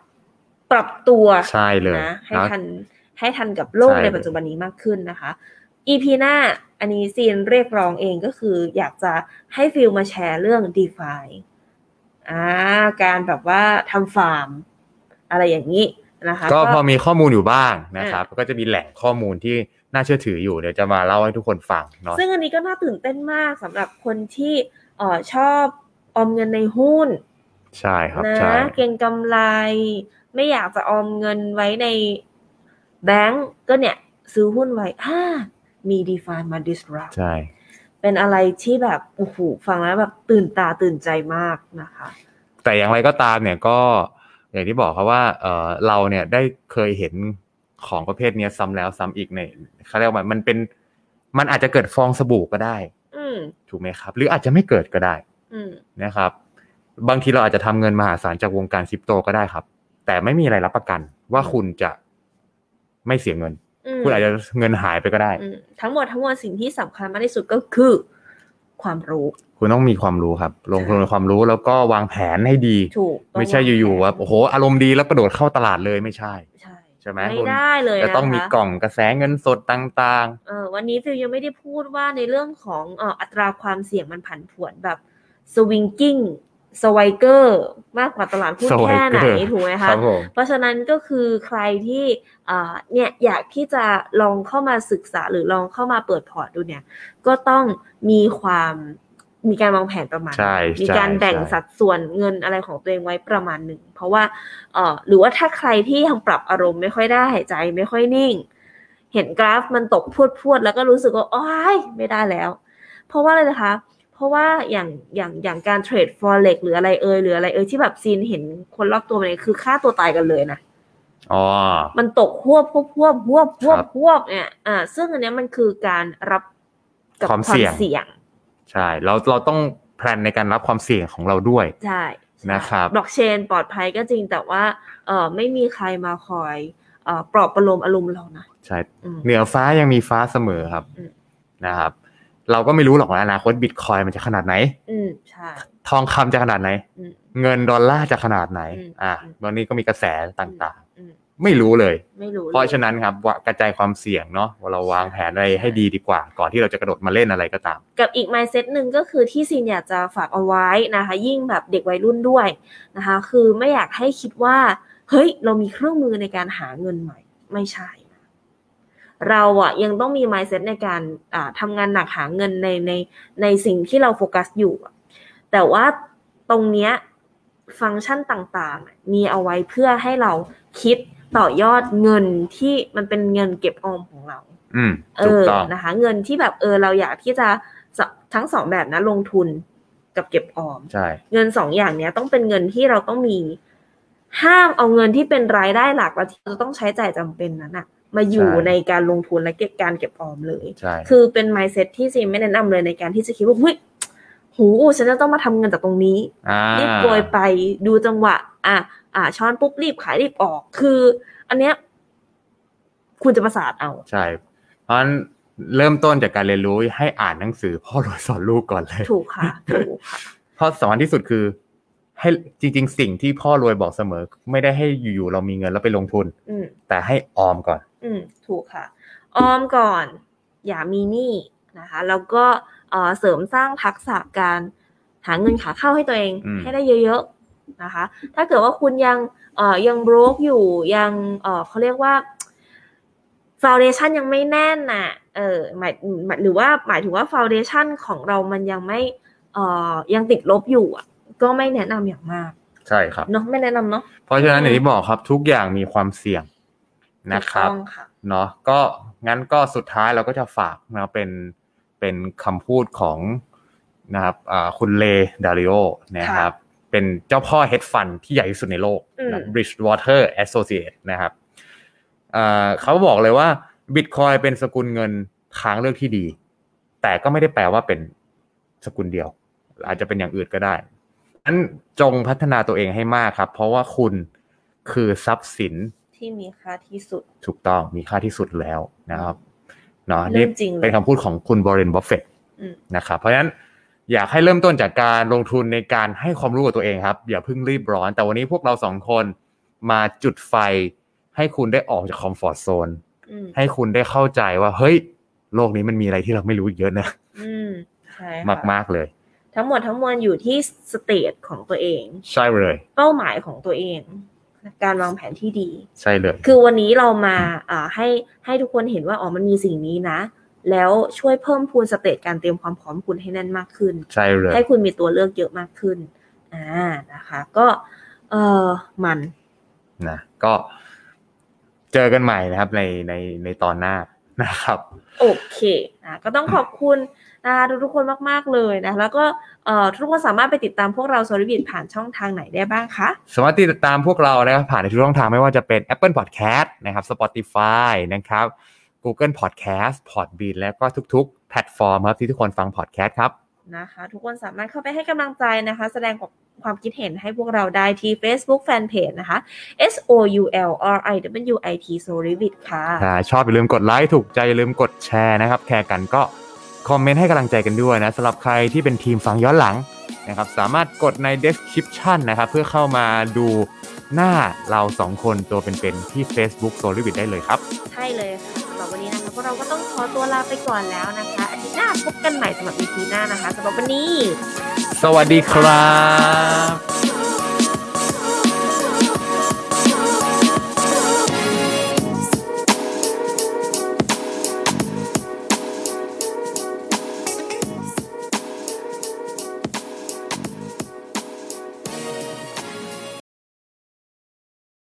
S2: ปรับตัว
S1: ใช่เลย
S2: นะให้
S1: เนาะ
S2: ทันให้ทันกับโลก
S1: ใช่
S2: ในปัจจุบันนี้มากขึ้นนะคะ EP หน้าอันนี้ซีนเรียกร้องเองก็คืออยากจะให้ฟิลมาแชร์เรื่อง d e f i อ่าการแบบว่าทำฟาร์ม อะไรอย่างนี้นะคะ
S1: ก็พอมีข้อมูลอยู่บ้างนะครับ ก็จะมีแหล่งข้อมูลที่น่าเชื่อถืออยู่เดี๋ยวจะมาเล่าให้ทุกคนฟังเนาะ
S2: ซึ่งอันนี้ก็น่าตื่นเต้นมากสำหรับคนที่เออชอบออมเงินในหุ้น
S1: ใช่ครับ
S2: นะ
S1: ใช่
S2: เก็งกำไร ไม่อยากจะออมเงินไว้ในแบงก์ก็เนี่ย ซื้อหุ้นไว้อ่ามี d e f i มา disrupt
S1: ใช่
S2: เป็นอะไรที่แบบโอ้โหฟังแล้วแบบตื่นตาตื่นใจมากนะคะ
S1: แต่อย่างไรก็ตามเนี่ยก็อย่างที่บอกครับว่าเออเราเนี่ยได้เคยเห็นของประเภทเนี้ยซ้ำแล้วซ้ำอีกในเขาเรียกว่ามันเป็น มันอาจจะเกิดฟองสบู่ก็ได้
S2: อืม
S1: ถูกไหมครับ หรืออาจจะไม่เกิดก็ได้
S2: อืม
S1: นะครับ บางทีเราอาจจะทำเงินมหาศาลจากวงการคริปโตก็ได้ครับ แต่ไม่มีอะไรรับประกันว่าคุณจะไม่เสียเงิน
S2: อืม
S1: คุณอาจจะเงินหายไปก็ได้
S2: อืมทั้งหมดทั้งมวลสิ่งที่สำคัญมากที่สุดก็คือ ความรู้
S1: คุณต้องมีความรู้ครับ ลงทุนในความรู้แล้วก็วางแผนให้ดี
S2: ถูกต้ง
S1: ไม่ใช่อยู่ๆว่าโอ้โหอารมณ์ดีแล้วกระโดดเข้าตลาดเลยไม่ใช่
S2: ใช่
S1: ใช่ไหม
S2: ไม่ได้เลย
S1: จะ
S2: นะคะ
S1: ต้องมีกล่องกระแสเงินสดต่าง
S2: เออวันนี้ฟิลยังไม่ได้พูดว่าในเรื่องของเอ่ออัตราความเสี่ยงมันผันผวนแบบสวิงกิ้งสไวเกอร์มากกว่าตลาดหุ้น
S1: ๆสวย
S2: แค่ไหน
S1: เกิน
S2: ถูกไหม
S1: ค
S2: คะ
S1: รับผม
S2: เพราะฉะนั้นก็คือใครที่เอ่อเนี่ยอยากที่จะลองเข้ามาศึกษาหรือลองเข้ามาเปิดพอร์ตดูเนี่ย ก็ต้องมีความมีการวางแผนประมาณหนึ่ง
S1: ใช่
S2: มีการ
S1: ใช่
S2: แบ่ง
S1: ใช่
S2: สัดส่วนเงินอะไรของตัวเองไว้ประมาณหนึ่ง เพราะว่าเอ่อหรือว่าถ้าใครที่ยังปรับอารมณ์ไม่ค่อยได้หายใจไม่ค่อยนิ่ง เห็นกราฟมันตกพรวดพวดๆแล้วก็รู้สึกว่าโอ๊ยไม่ได้แล้ว เพราะว่าอะไรนะคะ เพราะว่าอย่างอย่างอย่างการเทรด forex หรืออะไรเอ่ยหรืออะไรเอ่ยที่แบบซีนเห็นคนรอบตัวมันเลยคือฆ่าตัวตายกันเลยนะ
S1: อ๋อ
S2: มันตกหวบหวบหวบหวบหวบ
S1: ครับ
S2: หวบเนี่ยอ่าซึ่งอันเนี้ยมันคือการรับกั
S1: ความเสี่ยง
S2: เสี่ยง
S1: ใช่เราเราต้องแพลนในการรับความเสี่ยงของเราด้วย
S2: ใช่
S1: นะครับ
S2: บล็อกเชนปลอดภัยก็จริงแต่ว่าเออไม่มีใครมาคอยเอ่อปลอบประโลมอารมณ์เรานะ
S1: ใช่
S2: อืม
S1: เหนือฟ้ายังมีฟ้าเสมอครับ
S2: อืม
S1: นะครับ เราก็ไม่รู้หรอกว่าอนาคตบิตคอยมันจะขนาดไหน
S2: อืมใช่
S1: ทองคำจะขนาดไหน
S2: อืม
S1: เงินดอลลาร์จะขนาดไหน
S2: อืม
S1: อ่ะ
S2: อืม
S1: วันนี้ก็มีกระแสต่าง
S2: อืม
S1: ๆ ไม่รู้เลย
S2: ไม่รู้
S1: เพราะ
S2: ลย
S1: ฉะนั้นครับว่ากระจายความเสี่ยงเนาะว่าเราวางแผนอะไรให้ดีดีกว่า ก่อนที่เราจะกระโดดมาเล่นอะไรก็ตาม
S2: กับอีก mindset หนึ่งก็คือที่ซีนอยากจะฝากเอาไว้นะคะ ยิ่งแบบเด็กวัยรุ่นด้วยนะคะ คือไม่อยากให้คิดว่า เฮ้ย เรามีเครื่องมือในการหาเงินใหม่ ไม่ใช่ เราอะยังต้องมี mindset ในการอ่าทำงานหนักหาเงินในในในสิ่งที่เราโฟกัสอยู่อะแต่ว่าตรงเนี้ยฟังก์ชันต่างๆ มีเอาไว้เพื่อให้เราคิดต่อยอดเงินที่มันเป็นเงินเก็บออมของเรา
S1: อืม
S2: เอ
S1: ถูก
S2: อ
S1: ต้อง
S2: นะคะ เงินที่แบบเออเราอยากที่จะสทั้งสองแบบนะลงทุนกับเก็บออม
S1: ใช่
S2: เงินสองอย่างเนี้ยต้องเป็นเงินที่เราต้องมี ห้ามเอาเงินที่เป็นรายได้หลักเราที่เราต้องใช้จ่ายจำเป็นนั้นอะมาอยู่
S1: ใช่
S2: ในการลงทุนและเก็บการเก็บออมเลย
S1: ใช่
S2: คือเป็น mindset ที่ซีไม่แนะนำเลยในการที่จะคิดว่าเฮ้ยหูฉันจะต้องมาทำเงินจากตรงนี้
S1: อ่า
S2: รีบโกยไปดูจังหวะ อ่ะอ่ะช้อนปุ๊บรีบขายรีบออก คือ อันเนี้ยคุณจะประสาท เอา
S1: ใช่ เพราะฉะนั้นเริ่มต้นจากการเรียนรู้ให้อ่านหนังสือพ่อรวยสอนลูกก่อนเลย
S2: ถูกค่ะถูก
S1: เพราะสำคัญที่สุดคือ ให้จริง ๆ สิ่งที่พ่อรวยบอกเสมอ ไม่ได้ให้อยู่ๆเรามีเงินแล้วไปลงทุน
S2: อืม
S1: แต่ให้ออมก่อน
S2: อืม ถูกค่ะ ออมก่อน อย่ามีหนี้นะคะ แล้วก็เอ่อเสริมสร้างทักษะการหาเงินขาเข้าให้ตัวเอง
S1: อืม
S2: ให้ได้เยอะๆนะคะ ถ้าเกิดว่าคุณยังเอ่อยังโบรกอยู่ยังเอ่อเขาเรียกว่าฟาวเดชันยังไม่แน่นน่ะเออหมายหมายหรือว่าหมายถึงว่าฟาวเดชันของเรามันยังไม่เอ่อยังติดลบอยู่อ่ะ ก็ไม่แนะนำอย่างมาก
S1: ใช่ครับ
S2: เนาะไม่แนะนำเนาะ
S1: เพราะฉะนั้นอย่างที่บอกครับทุกอย่างมีความเสี่ยงนะครั
S2: ถูก
S1: บ
S2: ต้องค่ะ
S1: เนาะก็งั้นก็สุดท้ายเราก็จะฝากนะเป็นเป็นคำพูดของนะครับอ่าคุณเลดาริโอนะครับ เป็นเจ้าพ่อเฮดฟันที่ใหญ่ที่สุดในโลกนะ
S2: อืม
S1: Bridgewater Associate นะครับอ่าเขาบอกเลยว่า Bitcoin เป็นสกุลเงินค้างเลือกที่ดี แต่ก็ไม่ได้แปลว่าเป็นสกุลเดียว อาจจะเป็นอย่างอื่นก็ได้นั้นจงพัฒนาตัวเองให้มากครับ เพราะว่าคุณคือทรัพย์สิน
S2: ที่มีค่าที่สุด
S1: ถูกต้องมีค่าที่สุดแล้วนะครับเนาะ
S2: เรื่
S1: นี่
S2: องจริงเลย
S1: เป็นคำพูดของคุณบร r เรนบัฟเฟต
S2: อืม
S1: นะครับเพราะฉะนั้นอยากให้เริ่มต้นจากการลงทุนในการให้ความรู้กับตัวเองครับ อย่าเพิ่งรีบร้อน แต่วันนี้พวกเราสองคนมาจุดไฟ ให้คุณได้ออกจากคอมฟอร์ทโซน
S2: อืม
S1: ให้คุณได้เข้าใจว่า เฮ้ย โลกนี้มันมีอะไรที่เราไม่รู้อีกเยอะ นะ
S2: อืมใช่
S1: มาก
S2: ค่ะ
S1: มากๆเลย
S2: ทั้งหมดทั้งมวลอยู่ที่สเตจของตัวเอง
S1: ใช่เลย
S2: เป้าหมายของตัวเอง การวางแผนที่ดี
S1: ใช่เลย
S2: คือวันนี้เรามาอ่าให้ให้ทุกคนเห็นว่าอ๋อมันมีสิ่งนี้นะ แล้วช่วยเพิ่มพูนสเตจการเตรียมความพร้อมคุณให้แน่นมากขึ้น
S1: ใช่เลย
S2: ให้คุณมีตัวเลือกเยอะมากขึ้นอ่านะคะ ก็ เออมัน
S1: นะก็เจอกันใหม่นะครับในในในตอนหน้านะครับ
S2: โอเคนะก็ต้องขอบคุณนะคะทุกๆคนมากๆเลยนะ แล้วก็เอ่อทุกคนสามารถไปติดตามพวกเราโซลิบิทผ่านช่องทางไหนได้บ้างคะ
S1: สามารถติดตามพวกเรานะครับผ่านในทุกช่องทางไม่ว่าจะเป็น Apple Podcast นะครับ Spotify นะครับ Google Podcast Podbean แล้วก็ทุกๆ แพลตฟอร์มครับที่ทุกคนฟัง podcast ครับ
S2: นะคะ ทุกคนสามารถเข้าไปให้กำลังใจนะคะ แสดงความคิดเห็นให้พวกเราได้ที่ Facebook Fanpage นะคะ S O U L R I W I T s o l i v i t ค่ะ
S1: อ่าชอบอย่าลืมกดไลค์ถูกใจอย่าลืมกดแชร์นะครับแชร์กันก็คอมเมนต์ให้กำลังใจกันด้วยนะสำหรับใครที่เป็นทีมฟังย้อนหลังนะครับสามารถกดใน description นะครับเพื่อเข้ามาดูหน้าเรา 2 คนตัวเป็นๆที่ Facebook s o l i v i t ได้เลยครับ
S2: ใช่เลยค่ะสำหรับวันนี้นะคะพวกเราก็ต้องขอตัวลาไปก่อนแล้วนะคะอาทิตย์หน้าพบกันใหม่สำหรับ EP หน้านะคะสำหรับวันนี้
S1: สวัสดีครับ